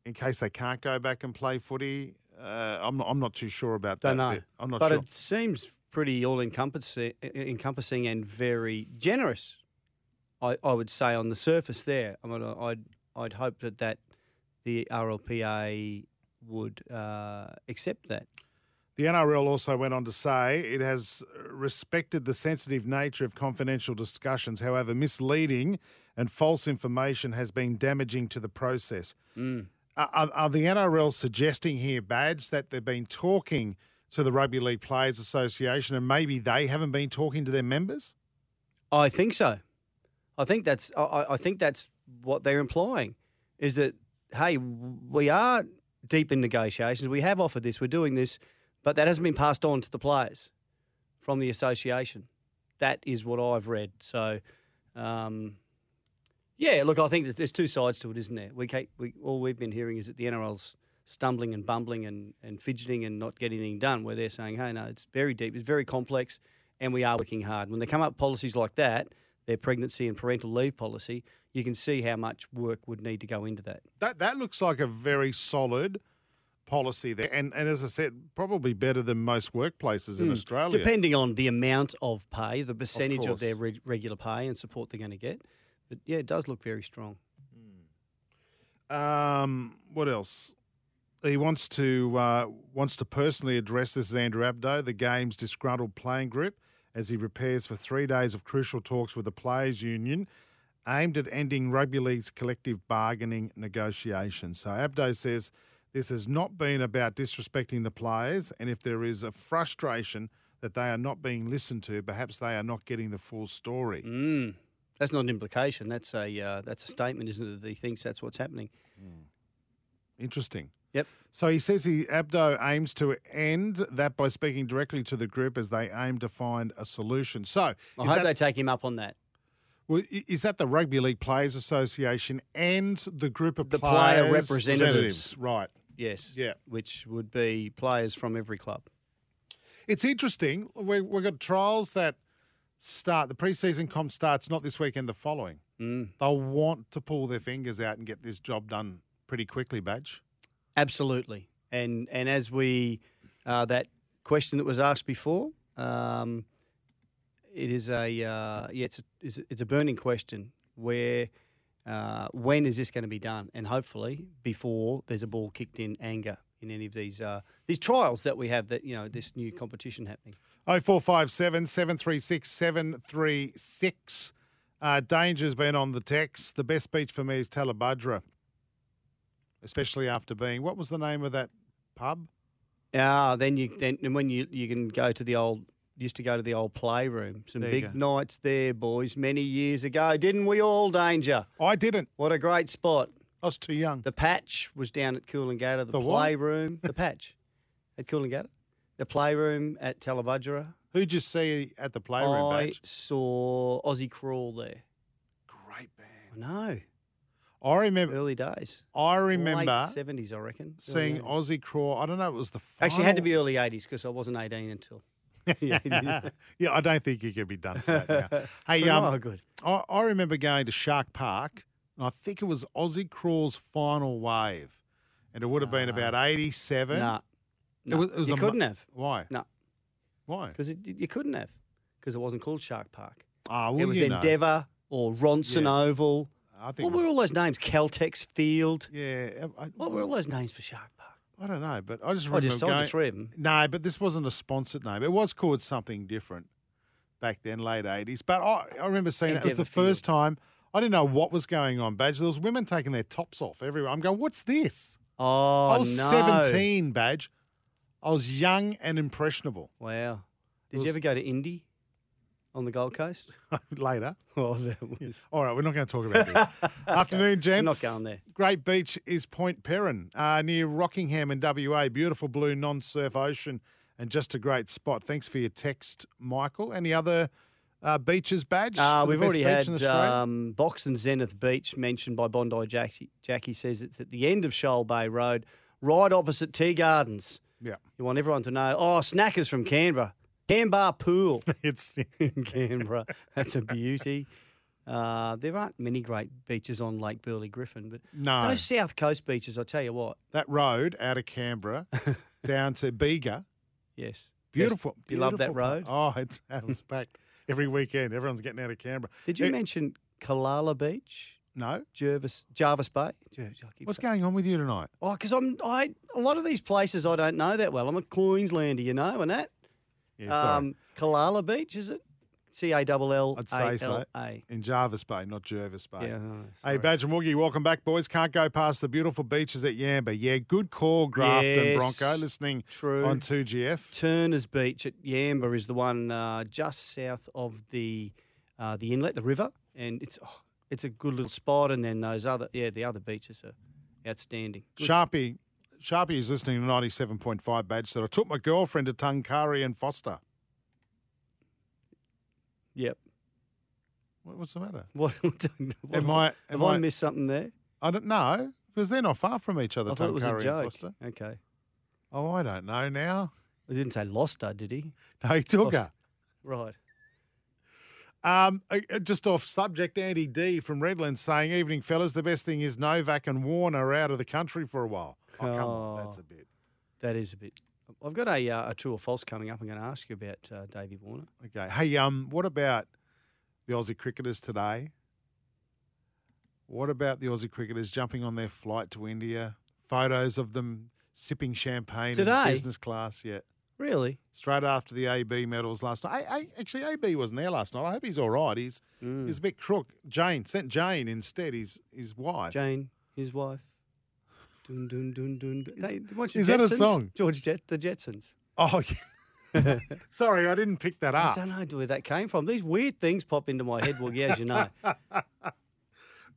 Speaker 4: in case they can't go back and play footy? Uh, I'm, not, I'm not too sure about
Speaker 5: Don't
Speaker 4: that.
Speaker 5: know.
Speaker 4: bit. I'm not
Speaker 5: but
Speaker 4: sure.
Speaker 5: it seems pretty all encompassing, encompassing and very generous. I, I would say on the surface there. I mean, I- I'd I'd hope that that the RLPA would uh, accept that.
Speaker 4: The NRL also went on to say it has uh, respected the sensitive nature of confidential discussions. However, misleading and false information has been damaging to the process. Are, are- are the NRL suggesting here, Badge, that they've been talking to the Rugby League Players Association and maybe they haven't been talking to their members?
Speaker 5: I think so. I think that's I- I, I think that's what they're implying is that hey, we are deep in negotiations. We have offered this. We're doing this, but that hasn't been passed on to the players from the association. That is what I've read. So, um, yeah, look, I think that there's two sides to it, isn't there? We, ca- we all we've been hearing is that the NRL's stumbling and bumbling and, and fidgeting and not getting anything done. Where they're saying, hey, no, it's very deep, it's very complex, and we are working hard. When they come up with policies like that, their pregnancy and parental leave policy, you can see how much work would need to go into that.
Speaker 4: That that looks like a very solid policy there. And and as I said, probably better than most workplaces
Speaker 5: Mm.
Speaker 4: in Australia.
Speaker 5: Depending on the amount of pay, the percentage of,
Speaker 4: course.
Speaker 5: their reg- regular pay and support they're going to get. But yeah, it does look very strong.
Speaker 4: Um, what else? He wants to uh, wants to personally address this is Andrew Abdo, the game's disgruntled playing group, as he prepares for three days of crucial talks with the players' union, aimed at ending rugby league's collective bargaining negotiations. So Abdo says this has not been about disrespecting the players, and if there is a frustration, that they are not being listened to. Perhaps they are not getting the full story.
Speaker 5: Mm. That's not an implication. That's a uh, that's a statement, isn't it? That he thinks that's what's happening.
Speaker 4: Interesting.
Speaker 5: Yep.
Speaker 4: So he says he Abdo aims to end that by speaking directly to the group as they aim to find a solution. So
Speaker 5: I
Speaker 4: is
Speaker 5: hope
Speaker 4: that,
Speaker 5: they take him up on that.
Speaker 4: well, i- is that the Rugby League Players Association and the group of
Speaker 5: The player
Speaker 4: players
Speaker 5: representatives.
Speaker 4: Right.
Speaker 5: Yes.
Speaker 4: Yeah.
Speaker 5: Which would be players from every club.
Speaker 4: It's interesting. We, we've got trials that start. The preseason comp starts not this weekend. The following.
Speaker 5: Mm.
Speaker 4: They'll want to pull their fingers out and get this job done pretty quickly. Badge.
Speaker 5: Absolutely. And and as we uh, that question that was asked before, um, it is a uh, yeah, it's a, it's a it's a burning question where. Uh, when is this going to be done? And hopefully, before there's a ball kicked in anger in any of these uh, these trials that we have, that you know, this new competition happening.
Speaker 4: Oh four five seven seven three six seven three six. Uh, Danger's been on the text. The best beach for me is Talabudra, especially after being what was the name of that pub?
Speaker 5: Ah, then you then and when you you can go to the old used to go to the old playroom. Some
Speaker 4: There you
Speaker 5: big
Speaker 4: go.
Speaker 5: nights there, boys, many years ago, didn't we all? Danger.
Speaker 4: I didn't.
Speaker 5: What a great spot.
Speaker 4: I was too young.
Speaker 5: The patch was down at Coolangatta. The,
Speaker 4: The what?
Speaker 5: playroom, the patch at Coolangatta. The playroom at Talabudgera.
Speaker 4: Who'd you see at the playroom?
Speaker 5: I
Speaker 4: Badge?
Speaker 5: saw Aussie Crawl there.
Speaker 4: Great band.
Speaker 5: I know.
Speaker 4: I remember.
Speaker 5: Early days.
Speaker 4: I remember
Speaker 5: Late 70s, I reckon. early
Speaker 4: seeing
Speaker 5: 80s.
Speaker 4: Aussie Crawl. I don't know. It was the final...
Speaker 5: Actually, it had to be early 80s because I wasn't 18 until.
Speaker 4: yeah, I don't think you could be done for that now. Hey,
Speaker 5: But
Speaker 4: um,
Speaker 5: oh, good.
Speaker 4: I, I remember going to Shark Park, and I think it was Aussie Crawl's final wave, and it would have been about eighty-seven.
Speaker 5: Nah.
Speaker 4: It was, it was
Speaker 5: you
Speaker 4: a mu-
Speaker 5: couldn't have.
Speaker 4: Why?
Speaker 5: No.
Speaker 4: Why?
Speaker 5: Because you couldn't have. Because it wasn't called Shark Park.
Speaker 4: Ah, well,
Speaker 5: it was
Speaker 4: you know.
Speaker 5: Endeavour or Ronson
Speaker 4: Yeah.
Speaker 5: Oval.
Speaker 4: I think.
Speaker 5: What
Speaker 4: it
Speaker 5: were
Speaker 4: was-
Speaker 5: all those names? Caltex Field.
Speaker 4: yeah. I, I-
Speaker 5: What were all those names for Shark Park?
Speaker 4: I don't know, but I just
Speaker 5: I
Speaker 4: remember
Speaker 5: just told
Speaker 4: going.
Speaker 5: you three of them.
Speaker 4: No, but this wasn't a sponsored name. It was called something different back then, late eighties. But I, I remember seeing that. It was the
Speaker 5: Endeavour Field.
Speaker 4: first time. I didn't know what was going on, Badge. There was women taking their tops off everywhere. I'm going, what's this?
Speaker 5: Oh,
Speaker 4: I was
Speaker 5: no.
Speaker 4: 17, Badge. I was young and impressionable.
Speaker 5: Wow. Did
Speaker 4: was-
Speaker 5: you ever go to Indy on the Gold Coast?
Speaker 4: Later.
Speaker 5: Oh, that was.
Speaker 4: All right, we're not going to talk about this. Afternoon,
Speaker 5: I'm
Speaker 4: gents.
Speaker 5: not going there.
Speaker 4: Great beach is Point Perrin, uh, near Rockingham in WA. Beautiful blue non surf ocean and just a great spot. Thanks for your text, Michael. Any other uh, beaches badge? for
Speaker 5: Uh,
Speaker 4: the
Speaker 5: we've
Speaker 4: best
Speaker 5: already
Speaker 4: beach
Speaker 5: had
Speaker 4: in Australia?
Speaker 5: um, Box and Zenith Beach mentioned by Bondi Jackie. Jackie says it's at the end of Shoal Bay Road, right opposite Tea Gardens.
Speaker 4: Yeah.
Speaker 5: You want everyone to know. Oh, Snackers from Canberra. Canberra Pool
Speaker 4: It's
Speaker 5: in Canberra. That's a beauty. Uh, there aren't many great beaches on Lake Burley Griffin, but
Speaker 4: No.
Speaker 5: those South Coast beaches, I tell you what,
Speaker 4: that road out of Canberra down to Bega.
Speaker 5: yes.
Speaker 4: Beautiful.
Speaker 5: You love that
Speaker 4: beautiful pla-
Speaker 5: road?
Speaker 4: Oh, it's out of back every weekend. Everyone's getting out of Canberra.
Speaker 5: Did you
Speaker 4: It-
Speaker 5: mention Kalala Beach,
Speaker 4: No?
Speaker 5: Jervis, Jarvis Bay? Jer- I keep
Speaker 4: What's
Speaker 5: saying-
Speaker 4: going on with you tonight?
Speaker 5: Oh, because I'm I a lot of these places I don't know that well. I'm a Queenslander, you know, and that.
Speaker 4: Yeah, sorry.
Speaker 5: Um, Kalala Beach is it? C A double L
Speaker 4: I'd say
Speaker 5: A
Speaker 4: so.
Speaker 5: L A.
Speaker 4: In Jarvis Bay, not Jervis Bay.
Speaker 5: Yeah. no,
Speaker 4: Hey,
Speaker 5: sorry.
Speaker 4: Badge and Woogie, welcome back, boys. Can't go past the beautiful beaches at Yamba. Yeah, good call, Grafton
Speaker 5: Yes.
Speaker 4: Bronco. Listening
Speaker 5: True.
Speaker 4: on 2GF.
Speaker 5: Turner's Beach at Yamba is the one uh, just south of the uh, the inlet, the river, and it's oh, it's a good little spot. And then those other yeah, the other beaches are outstanding. Good.
Speaker 4: Sharpie, Sharpie is listening to 97.5 Badge that I took my girlfriend to Tungkari and Foster.
Speaker 5: Yep.
Speaker 4: What, what's the matter?
Speaker 5: What, what,
Speaker 4: Am I-
Speaker 5: have
Speaker 4: am
Speaker 5: I,
Speaker 4: I-
Speaker 5: missed something there?
Speaker 4: I don't know, because they're not far from each other,
Speaker 5: I thought it was a
Speaker 4: Tungkari and
Speaker 5: joke.
Speaker 4: Foster.
Speaker 5: Okay.
Speaker 4: Oh, I don't know now.
Speaker 5: I didn't say lost, her, did he?
Speaker 4: No, he took
Speaker 5: Foster.
Speaker 4: her.
Speaker 5: Right.
Speaker 4: Um, uh, uh, just off subject, Andy D from Redlands saying, Evening, fellas, the best thing is Novak and Warner out of the country for a while. Oh, come on,
Speaker 5: Oh.
Speaker 4: that's a bit.
Speaker 5: That is a bit. I've got a, uh, a true or false coming up. I'm going to ask you about uh, Davy Warner.
Speaker 4: Okay. Hey, um, what about the Aussie cricketers today? What about the Aussie cricketers jumping on their flight to India? Photos of them sipping champagne
Speaker 5: Today?
Speaker 4: in business class. Yeah.
Speaker 5: Really?
Speaker 4: Straight after the AB medals last night. I, I, actually, AB wasn't there last night. I hope he's all right. He's
Speaker 5: Mm.
Speaker 4: he's a bit crook. Jane sent Jane instead. His his wife.
Speaker 5: Jane, his wife. Dun, dun, dun, dun, dun. Hey, did you watch the
Speaker 4: is that a
Speaker 5: Jetsons?
Speaker 4: song?
Speaker 5: George Jet, the Jetsons.
Speaker 4: Oh, Sorry, I didn't pick that
Speaker 5: I
Speaker 4: up.
Speaker 5: don't know where that came from. These weird things pop into my head. Well, yeah, as you know.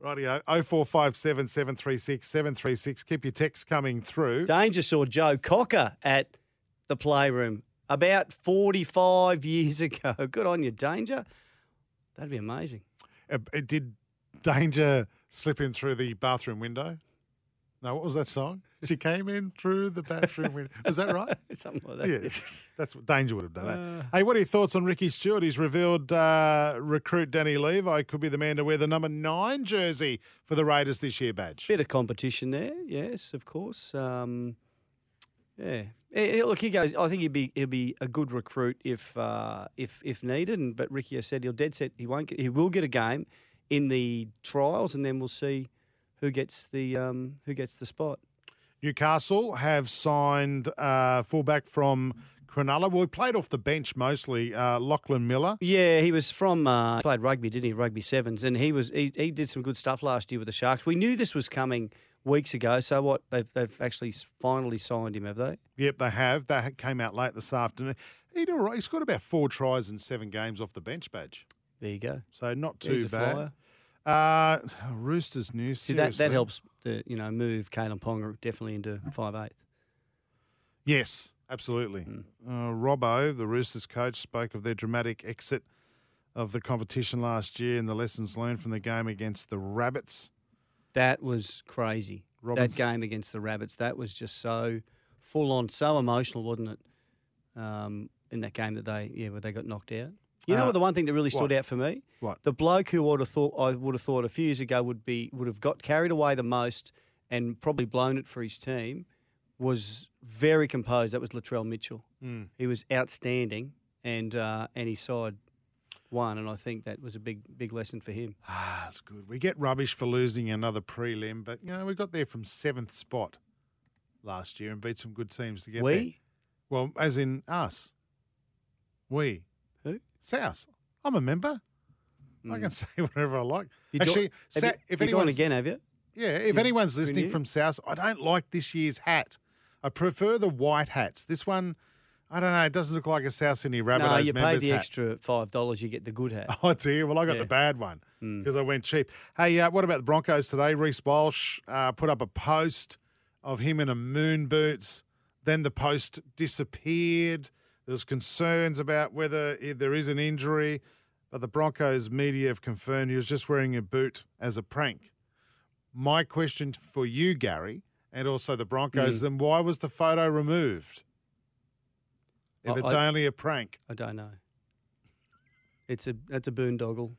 Speaker 4: Rightio, 0457 736 736. Keep your texts coming through.
Speaker 5: Danger saw Joe Cocker at the Playroom about 45 years ago. Good on you, Danger. That'd be amazing.
Speaker 4: Uh, uh, did Danger slip in through the bathroom window? No, what was that song? She came in through the bathroom window. Was that right?
Speaker 5: Something like that. Uh.
Speaker 4: yeah, that's what Danger would have done. That. hey, what are your thoughts on Ricky Stewart? He's revealed uh, recruit Danny Levi could be the man to wear the number nine jersey for the Raiders this year badge.
Speaker 5: Bit of competition there, yes, of course. Um, yeah, Eh, eh, look, he goes. I think he'd be he'd be a good recruit if uh, if if needed. And but Ricky has said he'll dead set he won't get, he will get a game in the trials, and then we'll see who gets the um, who gets the spot.
Speaker 4: Newcastle have signed uh, fullback from Cronulla. Well, he played off the bench mostly, uh, Lachlan Miller.
Speaker 5: Yeah, he was from uh, played rugby, didn't he? Rugby sevens, and he was he, he did some good stuff last year with the Sharks. We knew this was coming weeks ago. So what they've they've actually s- finally signed him, have they?
Speaker 4: Yep, they have. That ha- came out late this afternoon. He'd all right. He's got about four tries in seven games off the bench badge,
Speaker 5: There you go.
Speaker 4: so not
Speaker 5: He's
Speaker 4: too
Speaker 5: a
Speaker 4: bad.
Speaker 5: flyer.
Speaker 4: Uh, Roosters news.
Speaker 5: See that that
Speaker 4: seriously.
Speaker 5: helps the you know move Caelan Ponga definitely into five eighth.
Speaker 4: Yes, absolutely.
Speaker 5: Hmm.
Speaker 4: Uh, Robbo, the Roosters coach, spoke of their dramatic exit of the competition last year and the lessons learned from the game against the Rabbits.
Speaker 5: That was crazy.
Speaker 4: Robinson-
Speaker 5: That game against the Rabbits, that was just so full on, so emotional, wasn't it? Um, in that game that they yeah, where they got knocked out. You know
Speaker 4: Uh,
Speaker 5: what the one thing that really stood
Speaker 4: what?
Speaker 5: out for me?
Speaker 4: What?
Speaker 5: The bloke who would have thought I would have thought a few years ago would be would have got carried away the most and probably blown it for his team was very composed. That was Latrell Mitchell.
Speaker 4: Mm.
Speaker 5: He was outstanding and uh, and his side won and I think that was a big big lesson for him.
Speaker 4: Ah, that's good. We get rubbish for losing another prelim, but you know we got there from seventh spot last year and beat some good teams to get
Speaker 5: we
Speaker 4: there. Well, as in us. We.
Speaker 5: Who? Hmm.
Speaker 4: South. I'm a member. I can say whatever I like.
Speaker 5: You jo-
Speaker 4: Actually,
Speaker 5: have
Speaker 4: Sa-
Speaker 5: you,
Speaker 4: if
Speaker 5: you gone
Speaker 4: anyone's-
Speaker 5: again, have you?
Speaker 4: Yeah, if anyone's listening
Speaker 5: knew?
Speaker 4: from South, I don't like this year's hat. I prefer the white hats. This one, I don't know, it doesn't look like a South Sydney Rabbitohs
Speaker 5: no, you pay
Speaker 4: members
Speaker 5: the
Speaker 4: hat.
Speaker 5: extra five dollars, you get the good hat.
Speaker 4: Oh dear, well I got
Speaker 5: Yeah. Mm.
Speaker 4: the bad one because I went cheap. Hey, uh, what about the Broncos today? Reese Walsh uh, put up a post of him in a moon boots. Then the post disappeared. There's concerns about whether i there is an injury, but the Broncos media have confirmed he was just wearing a boot as a prank. My question for you, Gary, and also the Broncos,
Speaker 5: Mm.
Speaker 4: then why was the photo removed? If
Speaker 5: I-
Speaker 4: it's
Speaker 5: I-
Speaker 4: only a prank,
Speaker 5: I don't know. It's a that's a boondoggle.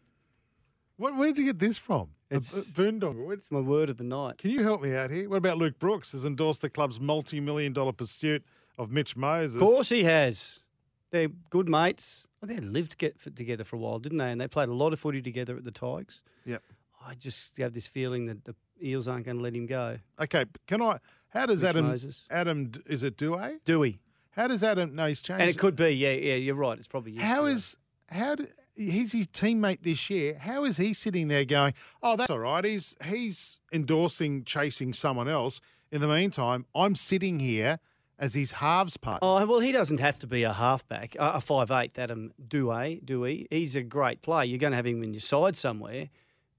Speaker 4: what, where did you get this from? A bo-
Speaker 5: It's-
Speaker 4: boondoggle. Where'd-
Speaker 5: It's my word of the night.
Speaker 4: Can you help me out here? What about Luke Brooks has endorsed the club's multi-million dollar pursuit of Mitch Moses?
Speaker 5: Of course he has. They're good mates. Well, they lived get f together for a while, didn't they? And they played a lot of footy together at the Tigers.
Speaker 4: Yep.
Speaker 5: I just have this feeling that the Eels aren't going to let him go.
Speaker 4: Okay, but can I? How does
Speaker 5: Mitch
Speaker 4: Adam?
Speaker 5: Moses.
Speaker 4: Adam is it Douay?
Speaker 5: Dewey,
Speaker 4: How does Adam? No, he's changed.
Speaker 5: and it could be. Yeah, yeah, you're right. It's probably yes,
Speaker 4: How
Speaker 5: you're
Speaker 4: is how? Do, he's his teammate this year. How is he sitting there going? Oh, that's all right. He's he's endorsing chasing someone else. In the meantime, I'm sitting here as his halves partner.
Speaker 5: Oh well, he doesn't have to be a halfback, a a five-eighth. Adam Douay, Dewey, he's um, a great player. You're going to have him in your side somewhere.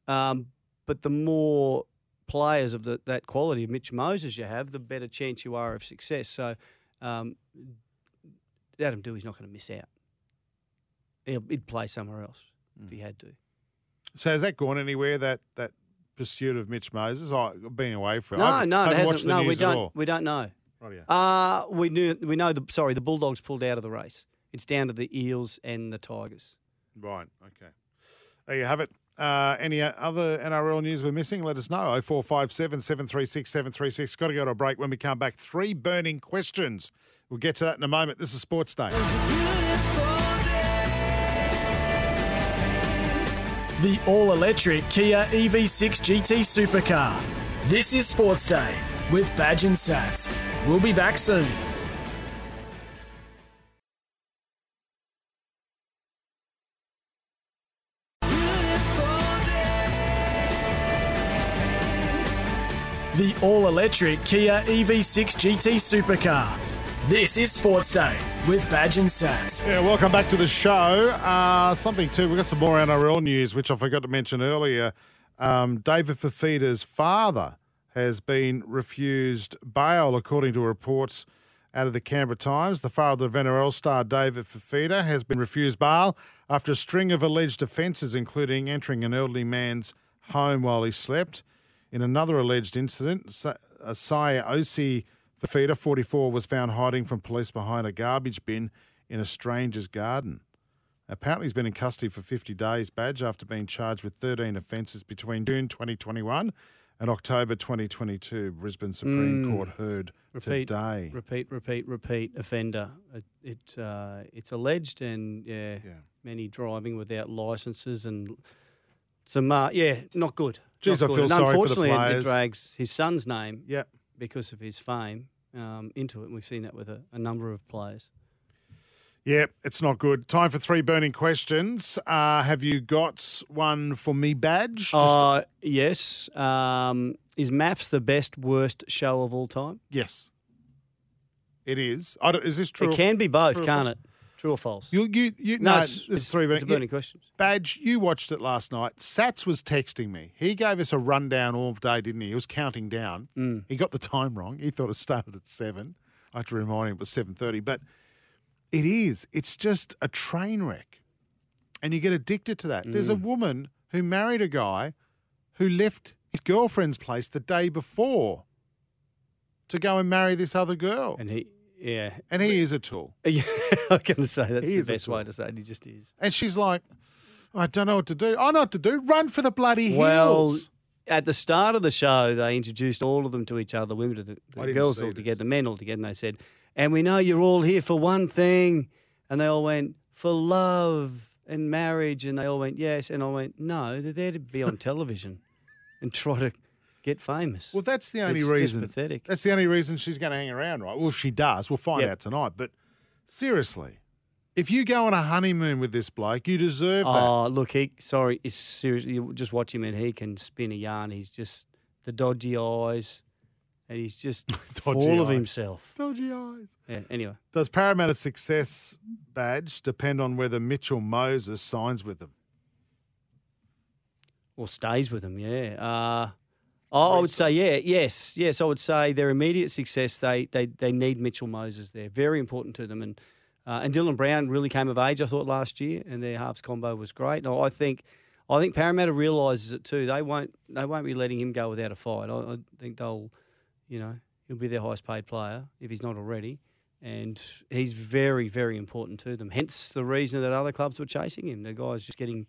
Speaker 5: Um, but the more players of the, that quality of Mitch Moses you have, the better chance you are of success. So um, Adam Dewey's not going to miss out. He'll, he'd play somewhere else if he
Speaker 4: Mm.
Speaker 5: had to.
Speaker 4: So has that gone anywhere? That that pursuit of Mitch Moses? I being away from.
Speaker 5: No,
Speaker 4: I haven't-
Speaker 5: no,
Speaker 4: I
Speaker 5: it
Speaker 4: haven't
Speaker 5: hasn't.
Speaker 4: watched the
Speaker 5: No, we
Speaker 4: news at
Speaker 5: don't.
Speaker 4: all.
Speaker 5: We don't know.
Speaker 4: Rightio.
Speaker 5: Uh, we knew. We know the. Sorry, the Bulldogs pulled out of the race. It's down to the Eels and the Tigers.
Speaker 4: Right. Okay. There you have it. Uh, any uh, other NRL news we're missing? Let us know. 0457 736 736. Got to go to a break when we come back. Three burning questions. We'll get to that in a moment. This is Sports Day.
Speaker 3: The all electric Kia E EV6 GT Supercar. This is Sports Day with Badge and Sats. We'll be back soon. E The all electric Kia EV6 GT Supercar. This is Sports Day with Badge and Sats.
Speaker 4: Yeah, welcome back to the show. Uh, something too, we've got some more NRL news, which I forgot to mention earlier. Um, David Fafita's father has been refused bail, according to reports out of the Canberra Times. The father of NRL star David Fafita has been refused bail after a string of alleged offences, including entering an elderly man's home while he slept. In another alleged incident, Sa- uh, Saya Osi Fafita, 44, was found hiding from police behind a garbage bin in a stranger's garden. Apparently, he's been in custody for 50 days, Badge, after being charged with 13 offences between June 2021 and October 2022. Brisbane Supreme Court heard
Speaker 5: Hmm. Repeat,
Speaker 4: today.
Speaker 5: repeat, repeat, repeat offender. It, it uh, it's alleged, and yeah, many driving without licences and some uh, yeah, not good.
Speaker 4: Jeez,
Speaker 5: not
Speaker 4: I
Speaker 5: good.
Speaker 4: feel
Speaker 5: and
Speaker 4: sorry for the
Speaker 5: unfortunately, it-
Speaker 4: players.
Speaker 5: it drags his son's name
Speaker 4: Yeah.
Speaker 5: because of his fame um, into it. We've seen that with a, a number of players.
Speaker 4: Yeah, it's not good. Time for three burning questions. Uh, have you got one for me, Badge? Just-
Speaker 5: Uh, yes. Um, is Maths the best worst show of all time?
Speaker 4: yes. It is. I don't, is this true?
Speaker 5: It
Speaker 4: or-
Speaker 5: can be both,
Speaker 4: True or
Speaker 5: can't it? True or false?
Speaker 4: You, you, you, no,
Speaker 5: it's,
Speaker 4: this is
Speaker 5: it's-
Speaker 4: three burning.
Speaker 5: it's a burning question.
Speaker 4: Badge, you watched it last night. Sats was texting me. He gave us a rundown all day, didn't he? He was counting down.
Speaker 5: Mm.
Speaker 4: He got the time wrong. He thought it started at seven. I had to remind him it was seven thirty. But it is. It's just a train wreck, and you get addicted to that. There's a
Speaker 5: Mm.
Speaker 4: woman who married a guy who left his girlfriend's place the day before to go and marry this other girl, and,
Speaker 5: And he, yeah.
Speaker 4: he is a tool.
Speaker 5: Yeah, I was going to say that's
Speaker 4: He
Speaker 5: the
Speaker 4: is a
Speaker 5: best way
Speaker 4: tool.
Speaker 5: to say it. He just is.
Speaker 4: And she's like, I don't know what to do. I know what to do. Run for the bloody
Speaker 5: Well,
Speaker 4: hills.
Speaker 5: at the start of the show, they introduced all of them to each other, the women to the,
Speaker 4: I
Speaker 5: the
Speaker 4: didn't
Speaker 5: girls
Speaker 4: see
Speaker 5: all
Speaker 4: this.
Speaker 5: together, the men all together, and they said, "And we know you're all here for one thing," and they all went for love and marriage, and they all went yes, and I went no, they're there to be on television and try to get famous.
Speaker 4: Well, that's the only
Speaker 5: It's just
Speaker 4: reason.
Speaker 5: pathetic.
Speaker 4: That's the only reason she's going to hang around, right? Well, if she does, we'll find
Speaker 5: Yep.
Speaker 4: out tonight. But seriously, if you go on a honeymoon with this bloke, you deserve
Speaker 5: oh, look, he sorry, it's seriously you just watch him and he can spin a yarn. He's just the dodgy eyes, and he's just
Speaker 4: Dodgy
Speaker 5: full of
Speaker 4: eyes.
Speaker 5: himself.
Speaker 4: that. Dodgy eyes.
Speaker 5: Yeah, anyway.
Speaker 4: Does Parramatta's success badge depend on whether Mitchell Moses signs with them?
Speaker 5: or stays with them. Yeah, uh, I, I would say yeah, yes, yes. I would say their immediate success. They they they need Mitchell Moses there. Very important to them. And uh, and Dylan Brown really came of age. I thought last year, and their halves combo was great. And I think. I think Parramatta realises it too. They won't. They won't be letting him go without a fight. I, I think they'll, you know, he'll be their highest paid player if he's not already, and he's very, very important to them. Hence the reason that other clubs were chasing him. The guy's just getting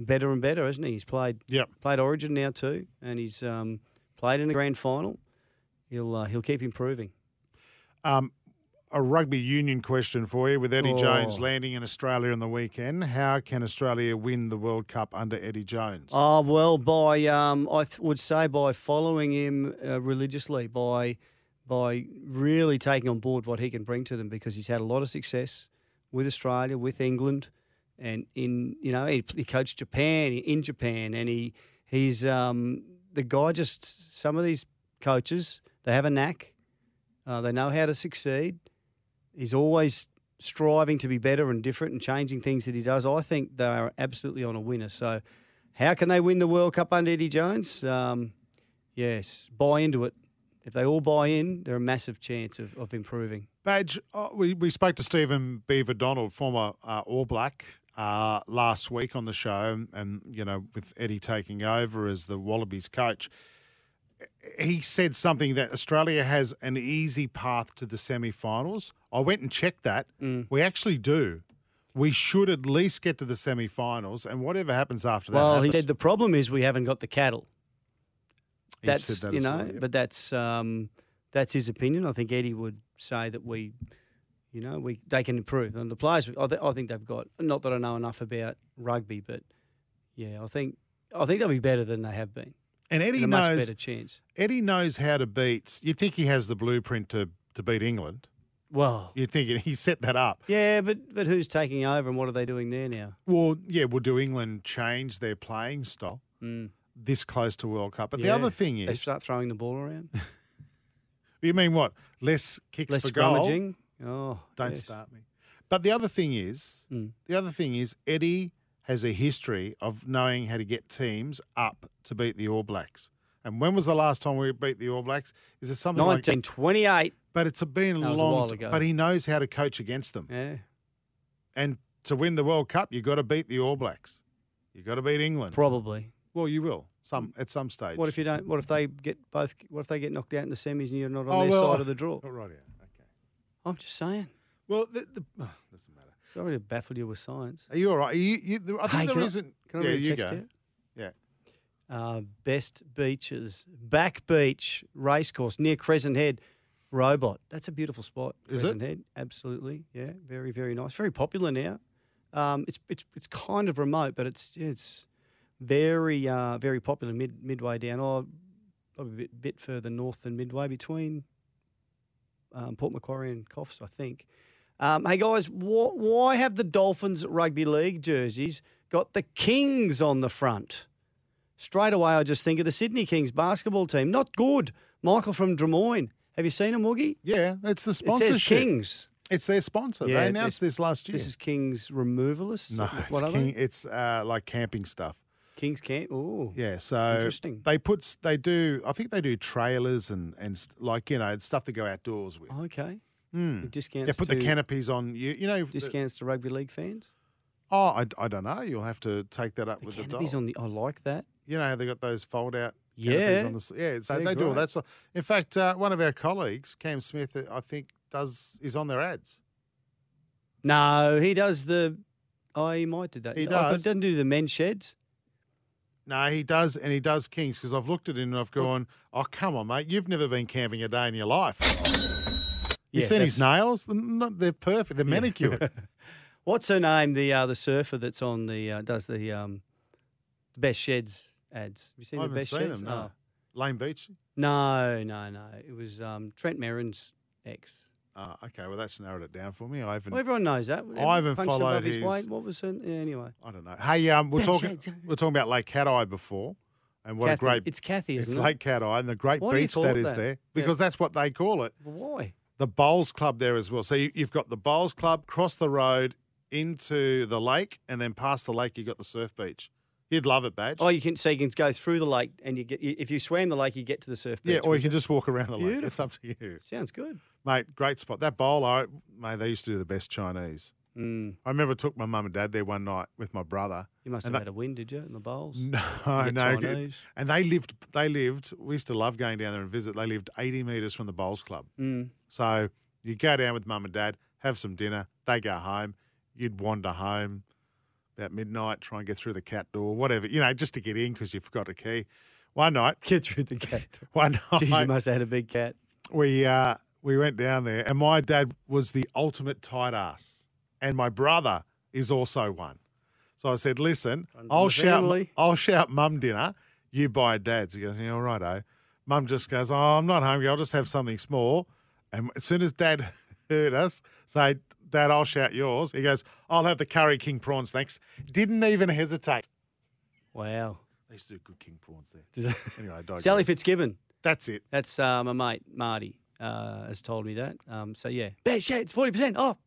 Speaker 5: better and better, isn't he? He's played
Speaker 4: Yep.
Speaker 5: played Origin now too, and he's um, played in the grand final. He'll uh, he'll keep improving.
Speaker 4: Um, a rugby union question for you with Eddie Jones
Speaker 5: Oh.
Speaker 4: landing in Australia on the weekend. How can Australia win the World Cup under Eddie Jones?
Speaker 5: Oh well, by um, I th- would say by following him uh, religiously, by by really taking on board what he can bring to them, because he's had a lot of success with Australia, with England, and in you know he, he coached Japan in Japan, and he he's um, the guy. Just some of these coaches, they have a knack. Uh, they know how to succeed. He's always striving to be better and different and changing things that he does. I think they are absolutely on a winner. So, how can they win the World Cup under Eddie Jones? Um, yes, buy into it. If they all buy in, they're a massive chance of, of improving.
Speaker 4: Badge, uh, we, we spoke to Stephen Beaver Donald, former uh, All Black, uh, last week on the show, and, and, you know, with Eddie taking over as the Wallabies coach. He said something that Australia has an easy path to the semi finals. I went and checked that.
Speaker 5: Mm.
Speaker 4: We actually do. We should at least get to the semi finals, and whatever happens after that.
Speaker 5: well, he
Speaker 4: happens.
Speaker 5: said the problem is we haven't got the cattle.
Speaker 4: He
Speaker 5: That's
Speaker 4: said that
Speaker 5: you
Speaker 4: as
Speaker 5: know,
Speaker 4: well, yeah.
Speaker 5: but that's um, that's his opinion. I think Eddie would say that we, you know, we they can improve and the players. I, th- I think they've got not that I know enough about rugby, but yeah, I think I think they'll be better than they have been.
Speaker 4: and Eddie
Speaker 5: and a much
Speaker 4: knows
Speaker 5: better chance.
Speaker 4: Eddie knows how to beat. You'd think he has the blueprint to, to beat England.
Speaker 5: Well,
Speaker 4: You'd think he set that up.
Speaker 5: yeah, but but who's taking over and what are they doing there now?
Speaker 4: Well, yeah, well, do England change their playing style this close to World Cup? But the
Speaker 5: Mm. Yeah.
Speaker 4: other thing
Speaker 5: they
Speaker 4: is,
Speaker 5: start throwing the ball around,
Speaker 4: you mean what? Less kicks
Speaker 5: less
Speaker 4: for goal,
Speaker 5: scrummaging. Oh,
Speaker 4: Don't
Speaker 5: yes.
Speaker 4: start me. But the other thing is,
Speaker 5: Mm.
Speaker 4: the other thing is, Eddie has a history of knowing how to get teams up to beat the All Blacks. And when was the last time we beat the All Blacks? Is it something like?
Speaker 5: 1928.
Speaker 4: But it's been
Speaker 5: That was a
Speaker 4: long.
Speaker 5: while
Speaker 4: t-
Speaker 5: ago.
Speaker 4: But he knows how to coach against them.
Speaker 5: Yeah.
Speaker 4: And to win the World Cup, you got to beat the All Blacks. You got to beat England.
Speaker 5: Probably.
Speaker 4: well, you will some at some stage.
Speaker 5: Mm. What if you don't? What if they get both? What if they get knocked out in the semis and you're not on
Speaker 4: Oh,
Speaker 5: their
Speaker 4: well,
Speaker 5: side of the draw?
Speaker 4: Oh, right, yeah. Okay.
Speaker 5: I'm just saying.
Speaker 4: Well, the, the, oh, doesn't matter.
Speaker 5: Sorry to baffle you with science.
Speaker 4: Are you all right? Are you, you, the, I think
Speaker 5: Hey,
Speaker 4: the
Speaker 5: can I-
Speaker 4: reason.
Speaker 5: Can I
Speaker 4: yeah,
Speaker 5: read a
Speaker 4: you
Speaker 5: text
Speaker 4: go.
Speaker 5: out?
Speaker 4: Yeah.
Speaker 5: Uh, best beaches, Back Beach Racecourse near Crescent Head, Robot. That's a beautiful spot.
Speaker 4: Is it?
Speaker 5: Crescent Head, absolutely. Yeah, very very nice. Very popular now. Um, it's it's it's kind of remote, but it's it's very uh, very popular mid midway down. Oh, probably a bit, bit further north than midway between um, Port Macquarie and Coffs, I think. Um, hey guys, wh- why have the Dolphins rugby league jerseys got the Kings on the front? Straight away, I just think of the Sydney Kings basketball team. Not good. Michael from Des Moines. Have you seen him, Woogie?
Speaker 4: Yeah, it's the
Speaker 5: It says
Speaker 4: sponsorship.
Speaker 5: Kings.
Speaker 4: It's their sponsor.
Speaker 5: Yeah,
Speaker 4: they announced
Speaker 5: this-
Speaker 4: this last year.
Speaker 5: This is Kings removalists.
Speaker 4: no,
Speaker 5: What
Speaker 4: it's
Speaker 5: are
Speaker 4: king,
Speaker 5: they?
Speaker 4: it's uh, like camping stuff.
Speaker 5: Kings can't. Oh,
Speaker 4: Yeah, so
Speaker 5: Interesting.
Speaker 4: they put s- they do. I think they do trailers and and st- like you know stuff to go outdoors with.
Speaker 5: Okay.
Speaker 4: Hmm.
Speaker 5: It discounts.
Speaker 4: They put the
Speaker 5: to-
Speaker 4: canopies on you. You know, the-
Speaker 5: Discounts to rugby league fans.
Speaker 4: oh, I, I don't know. You'll have to take that up
Speaker 5: The
Speaker 4: with
Speaker 5: canopies
Speaker 4: the dog.
Speaker 5: on the. I like that.
Speaker 4: you know how they got those fold out
Speaker 5: Yeah.
Speaker 4: canopies on the s- yeah so
Speaker 5: They're
Speaker 4: they do all
Speaker 5: great.
Speaker 4: that sort in fact uh, one of our colleagues cam smith uh, i think does is on their ads
Speaker 5: No, he does the. Oh, he might do that.
Speaker 4: He
Speaker 5: I thought-
Speaker 4: does.
Speaker 5: Doesn't do the men's sheds.
Speaker 4: no he does and he does kings because i've looked at him and i've gone oh come on mate you've never been camping a day in your life you
Speaker 5: Yeah,
Speaker 4: seen his
Speaker 5: that's-
Speaker 4: nails they're, not- they're perfect they're manicured
Speaker 5: What's her name? The uh, the surfer that's on the uh, does the um, best sheds ads. Have you
Speaker 4: i
Speaker 5: seen the
Speaker 4: haven't
Speaker 5: best
Speaker 4: seen
Speaker 5: sheds?
Speaker 4: them no lane beach
Speaker 5: Oh. no, no, no. It was um, Trent Merrin's ex.
Speaker 4: oh, okay well that's narrowed it down for me i haven't
Speaker 5: Well, everyone knows that.
Speaker 4: I haven't
Speaker 5: Punched above
Speaker 4: followed
Speaker 5: his,
Speaker 4: his-
Speaker 5: weight. What was her? Yeah, anyway,
Speaker 4: i don't know hey um we're
Speaker 5: Best
Speaker 4: talking
Speaker 5: sheds, yeah.
Speaker 4: we're talking about lake cat eye before and what
Speaker 5: Kathy-
Speaker 4: a great
Speaker 5: It's Kathy, isn't
Speaker 4: it's
Speaker 5: it?
Speaker 4: Lake Cat Eye and the great
Speaker 5: Why do you
Speaker 4: beach
Speaker 5: call
Speaker 4: that
Speaker 5: it
Speaker 4: is
Speaker 5: that?
Speaker 4: there
Speaker 5: Yeah.
Speaker 4: because that's what they call it.
Speaker 5: Why?
Speaker 4: The Bowls Club there as well. So you, you've got the Bowls Club cross the road into the lake, and then past the lake you've got the surf beach. You'd love it, Badge.
Speaker 5: Oh, you can so you can go through the lake and you get you- if you swam the lake, you get to the surf beach.
Speaker 4: yeah, or
Speaker 5: which
Speaker 4: you can just walk around the lake. It's
Speaker 5: Beautiful.
Speaker 4: up to you,
Speaker 5: sounds good.
Speaker 4: mate. Great spot. That bowl, I, mate. They used to do the best Chinese.
Speaker 5: Mm.
Speaker 4: I remember I took my mum and dad there one night with my brother.
Speaker 5: You must have
Speaker 4: And that-
Speaker 5: had a win, did you, in the bowls?
Speaker 4: No,
Speaker 5: get
Speaker 4: no,
Speaker 5: Chinese.
Speaker 4: and they lived. They lived. We used to love going down there and visit. They lived eighty meters from the Bowls Club.
Speaker 5: Mm.
Speaker 4: So you go down with mum and dad, have some dinner, they go home, you'd wander home about midnight, try and get through the cat door, whatever, you know, just to get in because you forgot a key. One night,
Speaker 5: Get through the cat.
Speaker 4: one
Speaker 5: Jeez, you
Speaker 4: night,
Speaker 5: must have had a big cat.
Speaker 4: we uh, we went down there, and my dad was the ultimate tight ass, and my brother is also one. So I said, "Listen,
Speaker 5: Runs in
Speaker 4: I'll
Speaker 5: the
Speaker 4: shout,
Speaker 5: family."
Speaker 4: I'll shout, mum dinner. You buy dad's." He goes, "Yeah, all right, oh." Mum just goes, "Oh, I'm not hungry. I'll just have something small." And as soon as dad heard us say, "Dad, I'll shout yours," he goes, "I'll have the curry king prawns, thanks." Didn't even hesitate.
Speaker 5: Wow.
Speaker 4: They used to do good king prawns there.
Speaker 5: Does-
Speaker 4: Anyway, I digress.
Speaker 5: Sally Fitzgibbon.
Speaker 4: That's it.
Speaker 5: That's uh, my mate Marty uh, has told me that. Um, so yeah, bet shades forty percent off.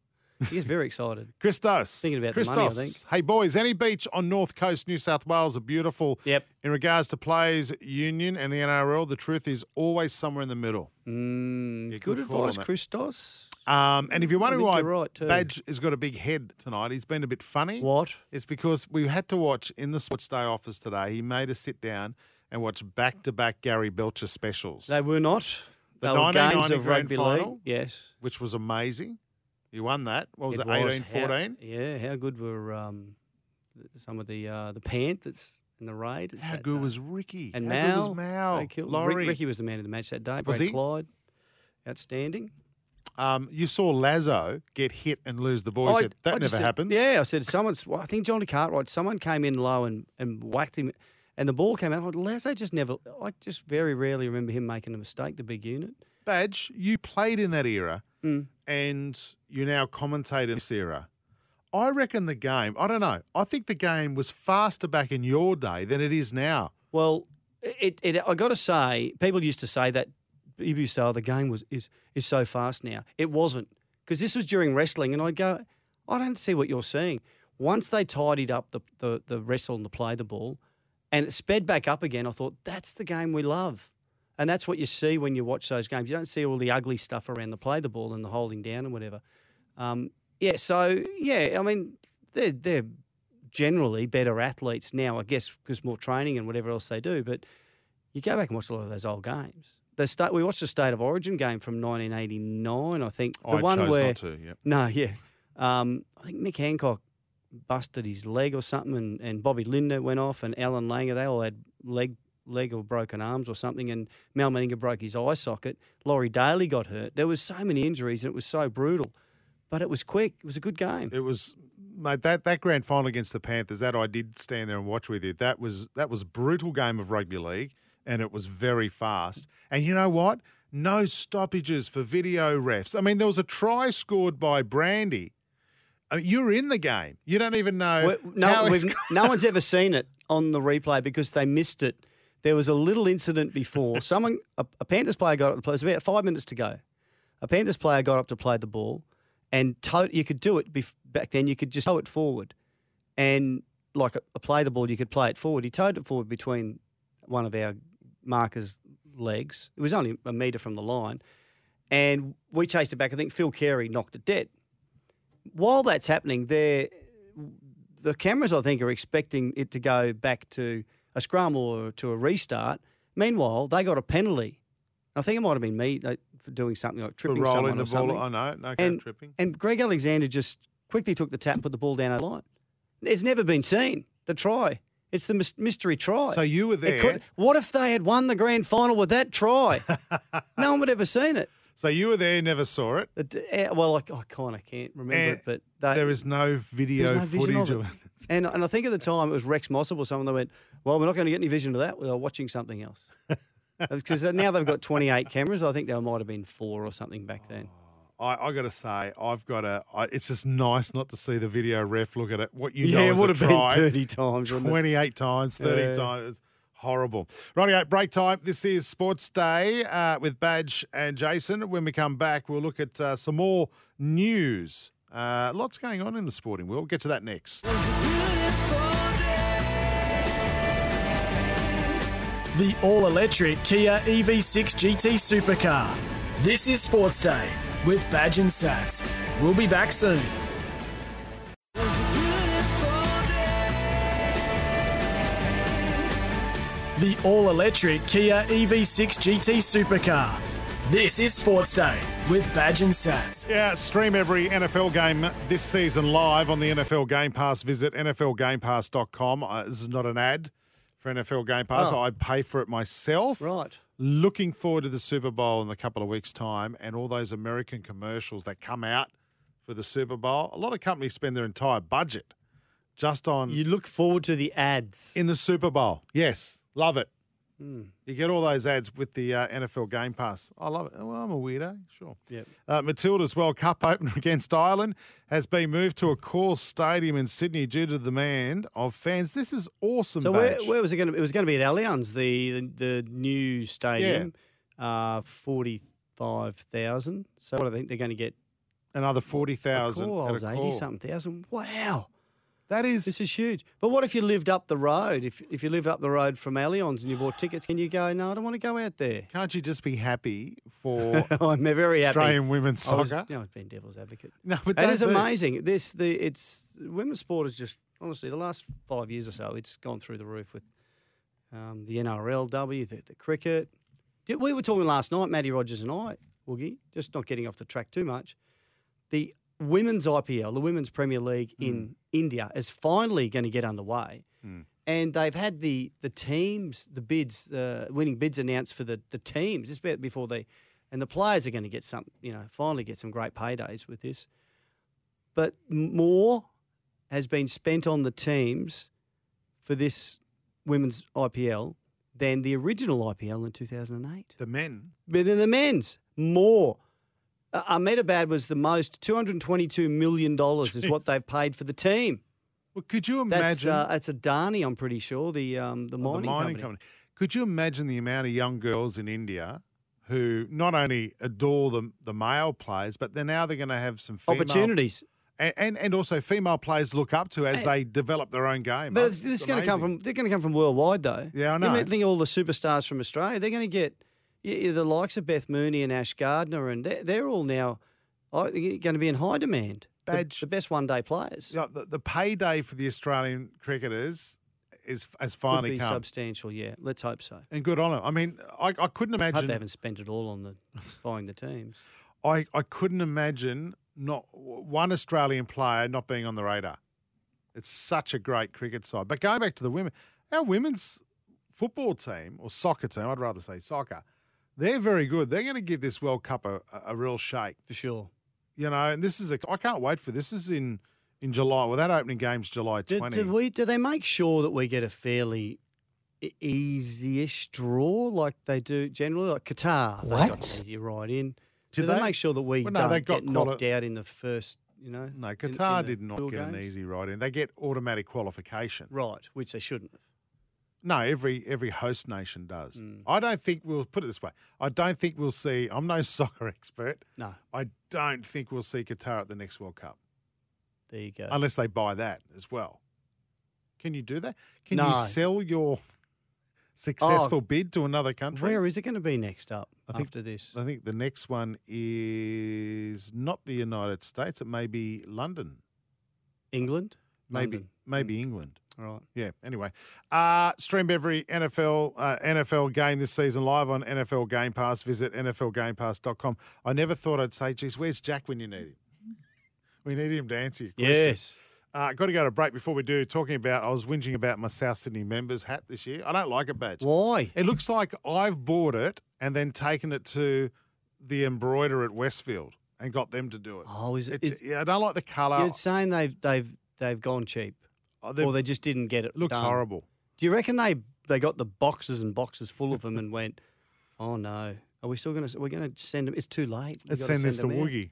Speaker 5: He gets very excited.
Speaker 4: Christos.
Speaker 5: Thinking about the
Speaker 4: Christos.
Speaker 5: money, I think.
Speaker 4: Hey, boys, any beach on North Coast, New South Wales are beautiful.
Speaker 5: Yep.
Speaker 4: In regards to players, union, and the NRL, the truth is always somewhere in the middle.
Speaker 5: Mm,
Speaker 4: Yeah,
Speaker 5: good,
Speaker 4: good call on
Speaker 5: advice,
Speaker 4: that.
Speaker 5: Christos.
Speaker 4: Um, and if you're
Speaker 5: I
Speaker 4: wondering
Speaker 5: think
Speaker 4: why
Speaker 5: you're right, too.
Speaker 4: Badge has got a big head tonight, he's been a bit funny.
Speaker 5: What?
Speaker 4: It's because we had to watch in the Sports Day office today, he made us sit down and watch back to back Gary Belcher specials,
Speaker 5: They were not.
Speaker 4: The
Speaker 5: they were games
Speaker 4: 1990
Speaker 5: of
Speaker 4: grand
Speaker 5: rugby league.
Speaker 4: final?
Speaker 5: Yes.
Speaker 4: which was amazing. He won that. What was it,
Speaker 5: was.
Speaker 4: Eighteen,
Speaker 5: How-
Speaker 4: fourteen.
Speaker 5: yeah. How good were um, th- some of the uh, the Panthers in the raid? It's
Speaker 4: How
Speaker 5: that
Speaker 4: good
Speaker 5: day.
Speaker 4: was Ricky?
Speaker 5: and
Speaker 4: How
Speaker 5: Mal?
Speaker 4: good was Mal?
Speaker 5: They killed- Rick-
Speaker 4: Laurie.
Speaker 5: Ricky was the man of the match that day.
Speaker 4: Was
Speaker 5: Brad
Speaker 4: he?
Speaker 5: Clyde, outstanding.
Speaker 4: Um, you saw Lazo get hit and lose the ball. He
Speaker 5: I-
Speaker 4: said, that
Speaker 5: I just
Speaker 4: never
Speaker 5: said-
Speaker 4: happened.
Speaker 5: Yeah, I said someone's. Well, I think Johnny Cartwright. Someone came in low and, and whacked him, and the ball came out. I- Lazo just never. I just very rarely remember him making a mistake. The big unit.
Speaker 4: Badge, you played in that era
Speaker 5: Mm.
Speaker 4: and you now commentate in this era. I reckon the game, I don't know, I think the game was faster back in your day than it is now.
Speaker 5: Well, it, it I got to say, people used to say that people used to say oh, the game was is is so fast now. It wasn't because this was during wrestling, and I go, I don't see what you're seeing. Once they tidied up the, the, the wrestle and the play the ball, and it sped back up again, I thought, that's the game we love. And that's what you see when you watch those games. You don't see all the ugly stuff around the play the ball and the holding down and whatever. Um, yeah, so, yeah, I mean, they're, they're generally better athletes now, I guess, because more training and whatever else they do. But you go back and watch a lot of those old games. The state, we watched the State of Origin game from 1989, I think. The
Speaker 9: Oh, I
Speaker 5: one
Speaker 9: chose
Speaker 5: where
Speaker 9: not to. Yep.
Speaker 5: no, yeah. Um, I think Mick Hancock busted his leg or something, and, and Bobby Linder went off, and Alan Langer, they all had leg leg or broken arms or something, and Mal Meninger broke his eye socket. Laurie Daly got hurt. There was so many injuries, and it was so brutal, but it was quick. It was a good game.
Speaker 4: It was, mate. That that grand final against the Panthers that I did stand there and watch with you. That was that was a brutal game of rugby league, and it was very fast. And you know what? No stoppages for video refs. I mean, there was a try scored by Brandy. I mean, you're in the game. You don't even know.
Speaker 5: We- no,
Speaker 4: how it's
Speaker 5: we've, no one's ever seen it on the replay because they missed it. There was a little incident before. Someone, a, a Panthers player got up to play. It was about five minutes to go. A Panthers player got up to play the ball, and to, you could do it bef- back then. You could just tow it forward, and like a, a play the ball, you could play it forward. He towed it forward between one of our markers' legs. It was only a metre from the line, and we chased it back. I think Phil Carey knocked it dead. While that's happening, there the cameras, I think, are expecting it to go back to a scrum or to a restart. Meanwhile, they got a penalty. I think it might have been me uh, for doing something like
Speaker 4: for
Speaker 5: tripping someone
Speaker 4: rolling the
Speaker 5: or something.
Speaker 4: ball. I know, no okay,
Speaker 5: And-
Speaker 4: tripping.
Speaker 5: And Greg Alexander just quickly took the tap, put the ball down the line. It's never been seen. The try. It's the mys- mystery try.
Speaker 4: So you were
Speaker 5: It
Speaker 4: there.
Speaker 5: could- what if they had won the grand final with that try? no one would ever seen it.
Speaker 4: So you were there, never saw it.
Speaker 5: It- eh, well, I, I kind of can't remember
Speaker 4: And
Speaker 5: it, but they,
Speaker 4: There is no video
Speaker 5: there's no vision
Speaker 4: footage
Speaker 5: of
Speaker 4: of
Speaker 5: it.
Speaker 4: it.
Speaker 5: And, and I think at the time it was Rex Mossop or someone that went, well, we're not going to get any vision of that. They were watching something else. Because now they've got 28 cameras. I think there might have been four or something back then.
Speaker 4: Oh, I, I got to say, I've got to. I, it's just nice not to see the video ref look at it. What you know
Speaker 5: yeah, it
Speaker 4: is
Speaker 5: would
Speaker 4: a
Speaker 5: have
Speaker 4: try.
Speaker 5: been 30 times. wouldn't it?
Speaker 4: 28 times, 30
Speaker 5: Yeah.
Speaker 4: times. Horrible. Rightio, break time. This is Sports Day uh, with Badge and Jason. When we come back, we'll look at uh, some more news. Uh, lots going on in the sporting world. Get to that next.
Speaker 3: The all electric Kia E EV6 GT Supercar. This is Sports Day with Badge and Sats. We'll be back soon. The all electric Kia E EV6 GT Supercar. This is Sports Day with Badge and Sats.
Speaker 4: Yeah, stream every NFL game this season live on the NFL Game Pass. Visit NFLGamePass.com. Uh, this is not an ad for NFL Game Pass.
Speaker 5: Oh.
Speaker 4: I pay for it myself.
Speaker 5: Right.
Speaker 4: Looking forward to the Super Bowl in a couple of weeks' time and all those American commercials that come out for the Super Bowl. A lot of companies spend their entire budget just on
Speaker 5: You look forward to the ads.
Speaker 4: in the Super Bowl. Yes, love it.
Speaker 5: Hmm.
Speaker 4: You get all those ads with the uh, NFL Game Pass. I love it. Well, I'm a weirdo, sure.
Speaker 5: Yep.
Speaker 4: Uh, Matilda's World Cup opener against Ireland has been moved to a course stadium in Sydney due to the demand of fans. This is awesome.
Speaker 5: So where,
Speaker 4: Badge.
Speaker 5: where was it going to? It was going to be at Allianz, the the, the new stadium, uh, forty five thousand. So what I think they're going to get.
Speaker 4: Another 40,000.
Speaker 5: Cool, I
Speaker 4: at
Speaker 5: was
Speaker 4: a
Speaker 5: eighty
Speaker 4: call.
Speaker 5: something thousand. Wow.
Speaker 4: That
Speaker 5: This
Speaker 4: is.
Speaker 5: is huge. But what if you lived up the road? If if you lived up the road from Allianz and you bought tickets, can you go? No, I don't want to go out there.
Speaker 4: Can't you just be happy for
Speaker 5: I'm very happy.
Speaker 4: Australian women's
Speaker 5: I was-
Speaker 4: soccer?
Speaker 5: no, I've been devil's advocate.
Speaker 4: No, but
Speaker 5: That
Speaker 4: don't
Speaker 5: is
Speaker 4: do it.
Speaker 5: amazing. This the it's women's sport is just honestly the last five years or so it's gone through the roof with um, the NRLW, the, the cricket. Did- We were talking last night, Matty Rogers and I, Woogie, just not getting off the track too much. The women's IPL, the Women's Premier League
Speaker 4: Mm.
Speaker 5: in India, is finally going to get underway. And they've had the the teams, the bids, the winning bids announced for the, the teams. It's about before they, and the players are going to get some, you know, finally get some great paydays with this but more has been spent on the teams for this women's IPL than the original IPL in 2008.
Speaker 4: The men.
Speaker 5: But than the men's, more. Uh, Ahmedabad was the most, $222 million is what
Speaker 4: Jeez.
Speaker 5: they've paid for the team.
Speaker 4: Well, could you imagine? Oh,
Speaker 5: That's, uh, that's a Dhani, I'm pretty sure, the, um, the
Speaker 4: of
Speaker 5: mining,
Speaker 4: the mining company. Could you imagine the amount of young girls in India who not only adore the, the male players, but they're now they're going to have some female
Speaker 5: Opportunities.
Speaker 4: and, and and also female players look up to as
Speaker 5: Hey.
Speaker 4: they develop their own game.
Speaker 5: But it's, it's going to come
Speaker 4: amazing.
Speaker 5: from they're going to come from worldwide though.
Speaker 4: Yeah, I
Speaker 5: You might
Speaker 4: know.
Speaker 5: think all the superstars from Australia they're going to get y- y- the likes of Beth Mooney and Ash Gardner, and they're, they're all now uh, going to be in high demand. The-
Speaker 4: Badge.
Speaker 5: the, best one day players
Speaker 4: Yeah, the, the payday for the Australian cricketers is has
Speaker 5: could
Speaker 4: finally
Speaker 5: be
Speaker 4: come,
Speaker 5: substantial. Yeah, let's hope so.
Speaker 4: and good on them. I mean, I, I couldn't
Speaker 5: I hope they
Speaker 4: imagine.
Speaker 5: haven't spent it all on the buying the teams.
Speaker 4: I, I couldn't imagine not one Australian player not being on the radar. It's such a great cricket side. But going back to the women, our women's football team or soccer team, I'd rather say soccer, they're very good. They're going to give this World Cup a, a- a real shake.
Speaker 5: For sure.
Speaker 4: You know, and this is a I can't wait for this. This is in in July. Well, that opening game's July
Speaker 5: Do,
Speaker 4: twenty.
Speaker 5: do we? Do they make sure that we get a fairly e- easy-ish draw like they do generally? Like Qatar, they
Speaker 8: What?
Speaker 5: got an easy right in.
Speaker 4: Did
Speaker 5: do they,
Speaker 4: they?
Speaker 5: make sure that we
Speaker 4: Well, no,
Speaker 5: don't
Speaker 4: they got
Speaker 5: get
Speaker 4: quali-
Speaker 5: knocked out in the first? You know,
Speaker 4: no,
Speaker 5: in-
Speaker 4: Qatar
Speaker 5: in the
Speaker 4: did not
Speaker 5: pool
Speaker 4: get an
Speaker 5: games?
Speaker 4: easy ride in. They get automatic qualification.
Speaker 5: right, which they shouldn't. have.
Speaker 4: No, every every host nation does.
Speaker 5: Mm.
Speaker 4: I don't think we'll put it this way. I don't think we'll see. I'm no soccer expert.
Speaker 5: No,
Speaker 4: I don't think we'll see Qatar at the next World Cup
Speaker 5: there you go.
Speaker 4: unless they buy that as well. Can you do that? Can you
Speaker 5: No. Oh.
Speaker 4: sell your successful bid to another country?
Speaker 5: Where is it going to be next up
Speaker 4: I think-
Speaker 5: after this?
Speaker 4: I think the next one is not the United States. It may be London.
Speaker 5: England,
Speaker 4: Maybe
Speaker 5: London. Mm.
Speaker 4: maybe England.
Speaker 5: All right.
Speaker 4: Yeah. Anyway, uh, stream every NFL uh, NFL game this season live on NFL Game Pass. Visit NFLGamePass.com. I never thought I'd say, "Geez, where's Jack when you need him?" We need him to answer your question.
Speaker 5: Yes.
Speaker 4: Uh, got to go to break before we do. Talking about, I was whinging about my South Sydney members hat this year. I don't like it, badge.
Speaker 5: Why?
Speaker 4: It looks like I've bought it and then taken it to the embroiderer at Westfield and got them to do it.
Speaker 5: Oh, is it?
Speaker 4: It's-
Speaker 5: is-
Speaker 4: yeah, I don't like the colour.
Speaker 5: You're saying they've they've they've gone cheap,
Speaker 4: Oh, they've-
Speaker 5: or they just didn't get it.
Speaker 4: it looks
Speaker 5: done.
Speaker 4: horrible.
Speaker 5: Do you reckon they they got the boxes and boxes full of them and went, oh no, are we still going to we're going to send them? It's too late. We
Speaker 4: Let's
Speaker 5: gotta
Speaker 4: send this to
Speaker 5: 'em out."
Speaker 4: Woogie.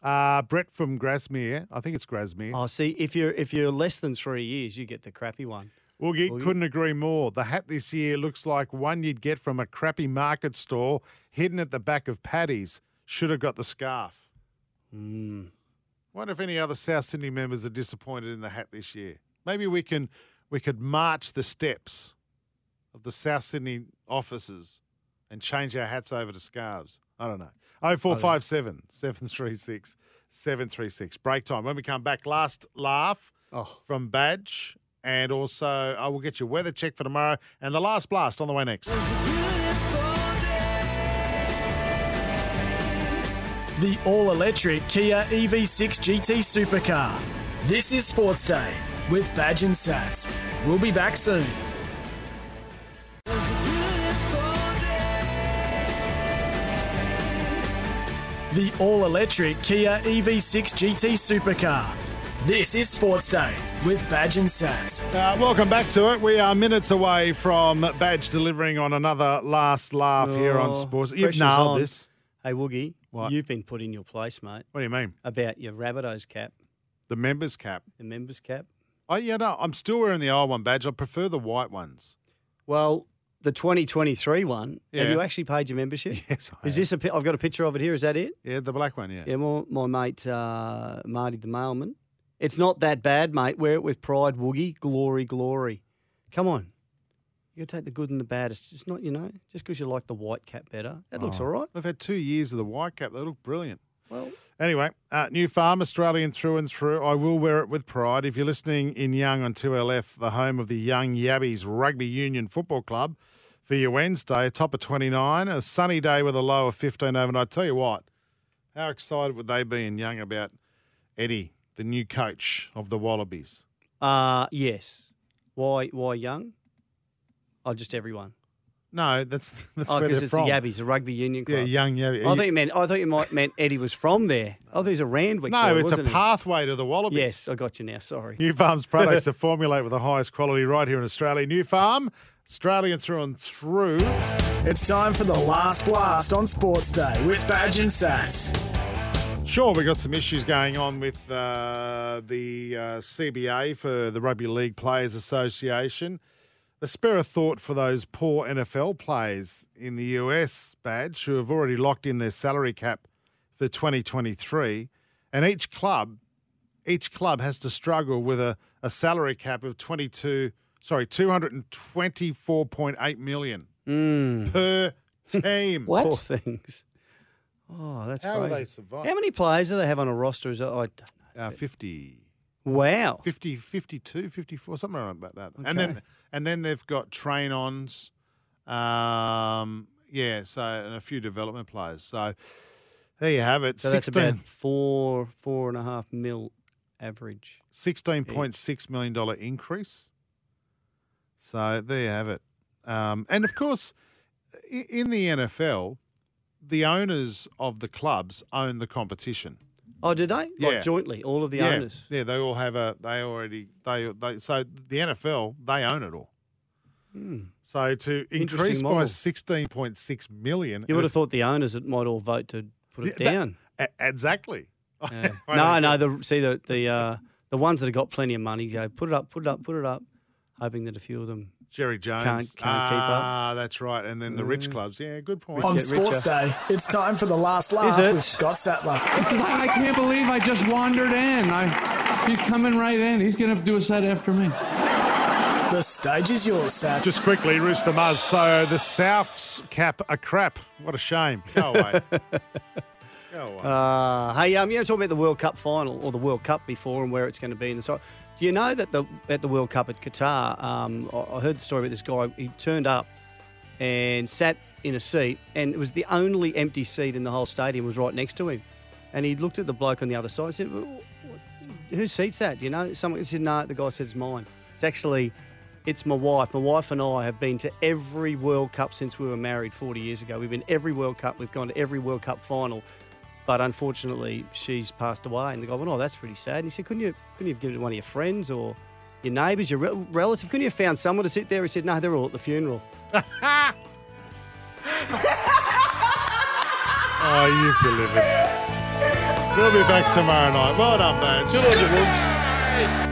Speaker 4: Uh, Brett from Grasmere. I think it's Grasmere.
Speaker 5: Oh, see, if you're if you're less than three years, you get the crappy one.
Speaker 4: Woogie,
Speaker 5: Woogie.
Speaker 4: couldn't agree more. The hat this year looks like one you'd get from a crappy market store hidden at the back of Paddy's. Should have got the scarf. Hmm.
Speaker 5: Mm.
Speaker 4: Wonder if any other South Sydney members are disappointed in the hat this year. Maybe we can we could march the steps of the South Sydney offices and change our hats over to scarves. I don't know. 0457 736 736. Break time. When we come back, last laugh
Speaker 5: Oh,
Speaker 4: from Badge. And also, I will get your weather check for tomorrow and the last blast on the way next.
Speaker 3: The all electric Kia E EV6 GT Supercar. This is Sports Day with Badge and Sats. We'll be back soon. The all electric Kia E EV6 GT Supercar. This is Sports Day with Badge and Sats.
Speaker 4: Uh, welcome back to it. We are minutes away from Badge delivering on another last laugh here on
Speaker 5: Oh,
Speaker 4: Sports. You've
Speaker 5: pressure's
Speaker 4: nailed
Speaker 5: on.
Speaker 4: this.
Speaker 5: hey Woogie,
Speaker 4: What?
Speaker 5: you've been put in your place, mate,
Speaker 4: What do you mean?
Speaker 5: about your Rabbitohs cap,
Speaker 4: The members cap.
Speaker 5: the members cap.
Speaker 4: Oh, yeah, no, I'm still wearing the old one, Badge. I prefer the white ones.
Speaker 5: Well, the 2023 one. Have
Speaker 4: Yeah.
Speaker 5: you actually paid your membership?
Speaker 4: Yes, I
Speaker 5: Is this a? pi- I've got a picture of it here. Is that it?
Speaker 4: Yeah, the black one, yeah.
Speaker 5: Yeah, my, my mate uh, Marty the mailman. It's not that bad, mate. Wear it with pride, Woogie. Glory, glory. Come on. You gotta take the good and the bad. It's just not, you know, just because you like the white cap better. That
Speaker 4: Oh.
Speaker 5: looks all right.
Speaker 4: I've had two years of the white cap. They look brilliant.
Speaker 5: Well,
Speaker 4: Anyway, uh, new farm, Australian through and through. I will wear it with pride. If you're listening in Young on 2LF, the home of the Young Yabbies Rugby Union Football Club, for your Wednesday, a top of 29, a sunny day with a low of 15 overnight. I tell you what, how excited would they be in Young about Eddie, the new coach of the Wallabies?
Speaker 5: uh, yes. Why why young? Oh, just everyone.
Speaker 4: No, that's that's
Speaker 5: Oh,
Speaker 4: where
Speaker 5: because
Speaker 4: they're
Speaker 5: it's
Speaker 4: from.
Speaker 5: the Yabbies, the rugby union club.
Speaker 4: Yeah, Young Yabby.
Speaker 5: I thought you meant I thought you might meant Eddie was from there. Oh, there's a Randwick.
Speaker 4: no,
Speaker 5: boy,
Speaker 4: it's a
Speaker 5: wasn't he?
Speaker 4: pathway to the Wallabies.
Speaker 5: Yes, I got you now. Sorry.
Speaker 4: New Farm's products are formulated with the highest quality right here in Australia. New Farm, Australian through and through.
Speaker 3: It's time for the last blast on Sports Day with Badge and Sats.
Speaker 4: Sure, we've got some issues going on with uh, the uh, CBA for the Rugby League Players Association. A spare of thought for those poor NFL players in the US, Badge, who have already locked in their salary cap for 2023. And each club, each club has to struggle with a, a salary cap of 22, sorry, 224.8 million
Speaker 5: Hmm.
Speaker 4: per team.
Speaker 8: What?
Speaker 5: Mm. Poor things. Oh, that's
Speaker 4: How will
Speaker 5: crazy.
Speaker 4: they survive?
Speaker 5: How many players do they have on a roster? Is that, I don't
Speaker 4: Uh, 50.
Speaker 5: know. Wow.
Speaker 4: 50, 52, 54, something around about that. And then
Speaker 5: Okay.
Speaker 4: and then they've got train ons, um, yeah. So and a few development players. So there you have it.
Speaker 5: So that's about four, four and a half mil average.
Speaker 4: Sixteen point six million dollar increase. So there you have it. Um, and of course, i- in the NFL, the owners of the clubs own the competition.
Speaker 5: Oh, do they? Like
Speaker 4: Yeah.
Speaker 5: jointly, all of the
Speaker 4: yeah,
Speaker 5: owners.
Speaker 4: yeah, they all have a. They already they they. So the NFL they own it all. So to increase by
Speaker 5: Hmm. model.
Speaker 4: sixteen point six million,
Speaker 5: You would have thought the owners that might all vote to put it
Speaker 4: Yeah, that-
Speaker 5: down.
Speaker 4: A- exactly.
Speaker 5: Yeah.
Speaker 4: I
Speaker 5: no,
Speaker 4: don't
Speaker 5: no. The, see the the uh, the ones that have got plenty of money go put it up, put it up, put it up, hoping that a few of them.
Speaker 4: Jerry Jones
Speaker 5: can't keep up. Uh.
Speaker 4: Ah, that's right. And then the rich clubs. Yeah, good point.
Speaker 3: On
Speaker 5: get
Speaker 3: Sports Day, it's time for the last laugh
Speaker 5: it?
Speaker 3: with Scott Sattler.
Speaker 9: I can't believe I just wandered in. I, he's coming right in. He's going to do a set after me.
Speaker 3: The stage is yours, Sats.
Speaker 4: Just quickly, Rooster Muzz. So the South's cap are crap. What a shame. Go away. Go away.
Speaker 5: Uh, hey, um, you know, talking about the World Cup final or the World Cup before and where it's going to be and so. Do you know that the at the World Cup at Qatar? Um, I, I heard the story about this guy. He turned up and sat in a seat, and it was the only empty seat in the whole stadium was right next to him. And he looked at the bloke on the other side and said, "Well, wh- "Whose seat's that?" Do You know, someone he said, "No." The guy said, "It's mine." It's actually, it's my wife. My wife and I have been to every World Cup since we were married 40 years ago. We've been every World Cup. We've gone to every World Cup final. But unfortunately, she's passed away. And the guy went, "Oh, that's pretty sad." And he said, "Couldn't you, couldn't you have given it to one of your friends or your neighbours, your re- relative? Couldn't you have found someone to sit there?" He said, "No, they're all at the funeral."
Speaker 4: Oh, you've delivered. We'll be back tomorrow night. Well done, man. Good on you, Woods.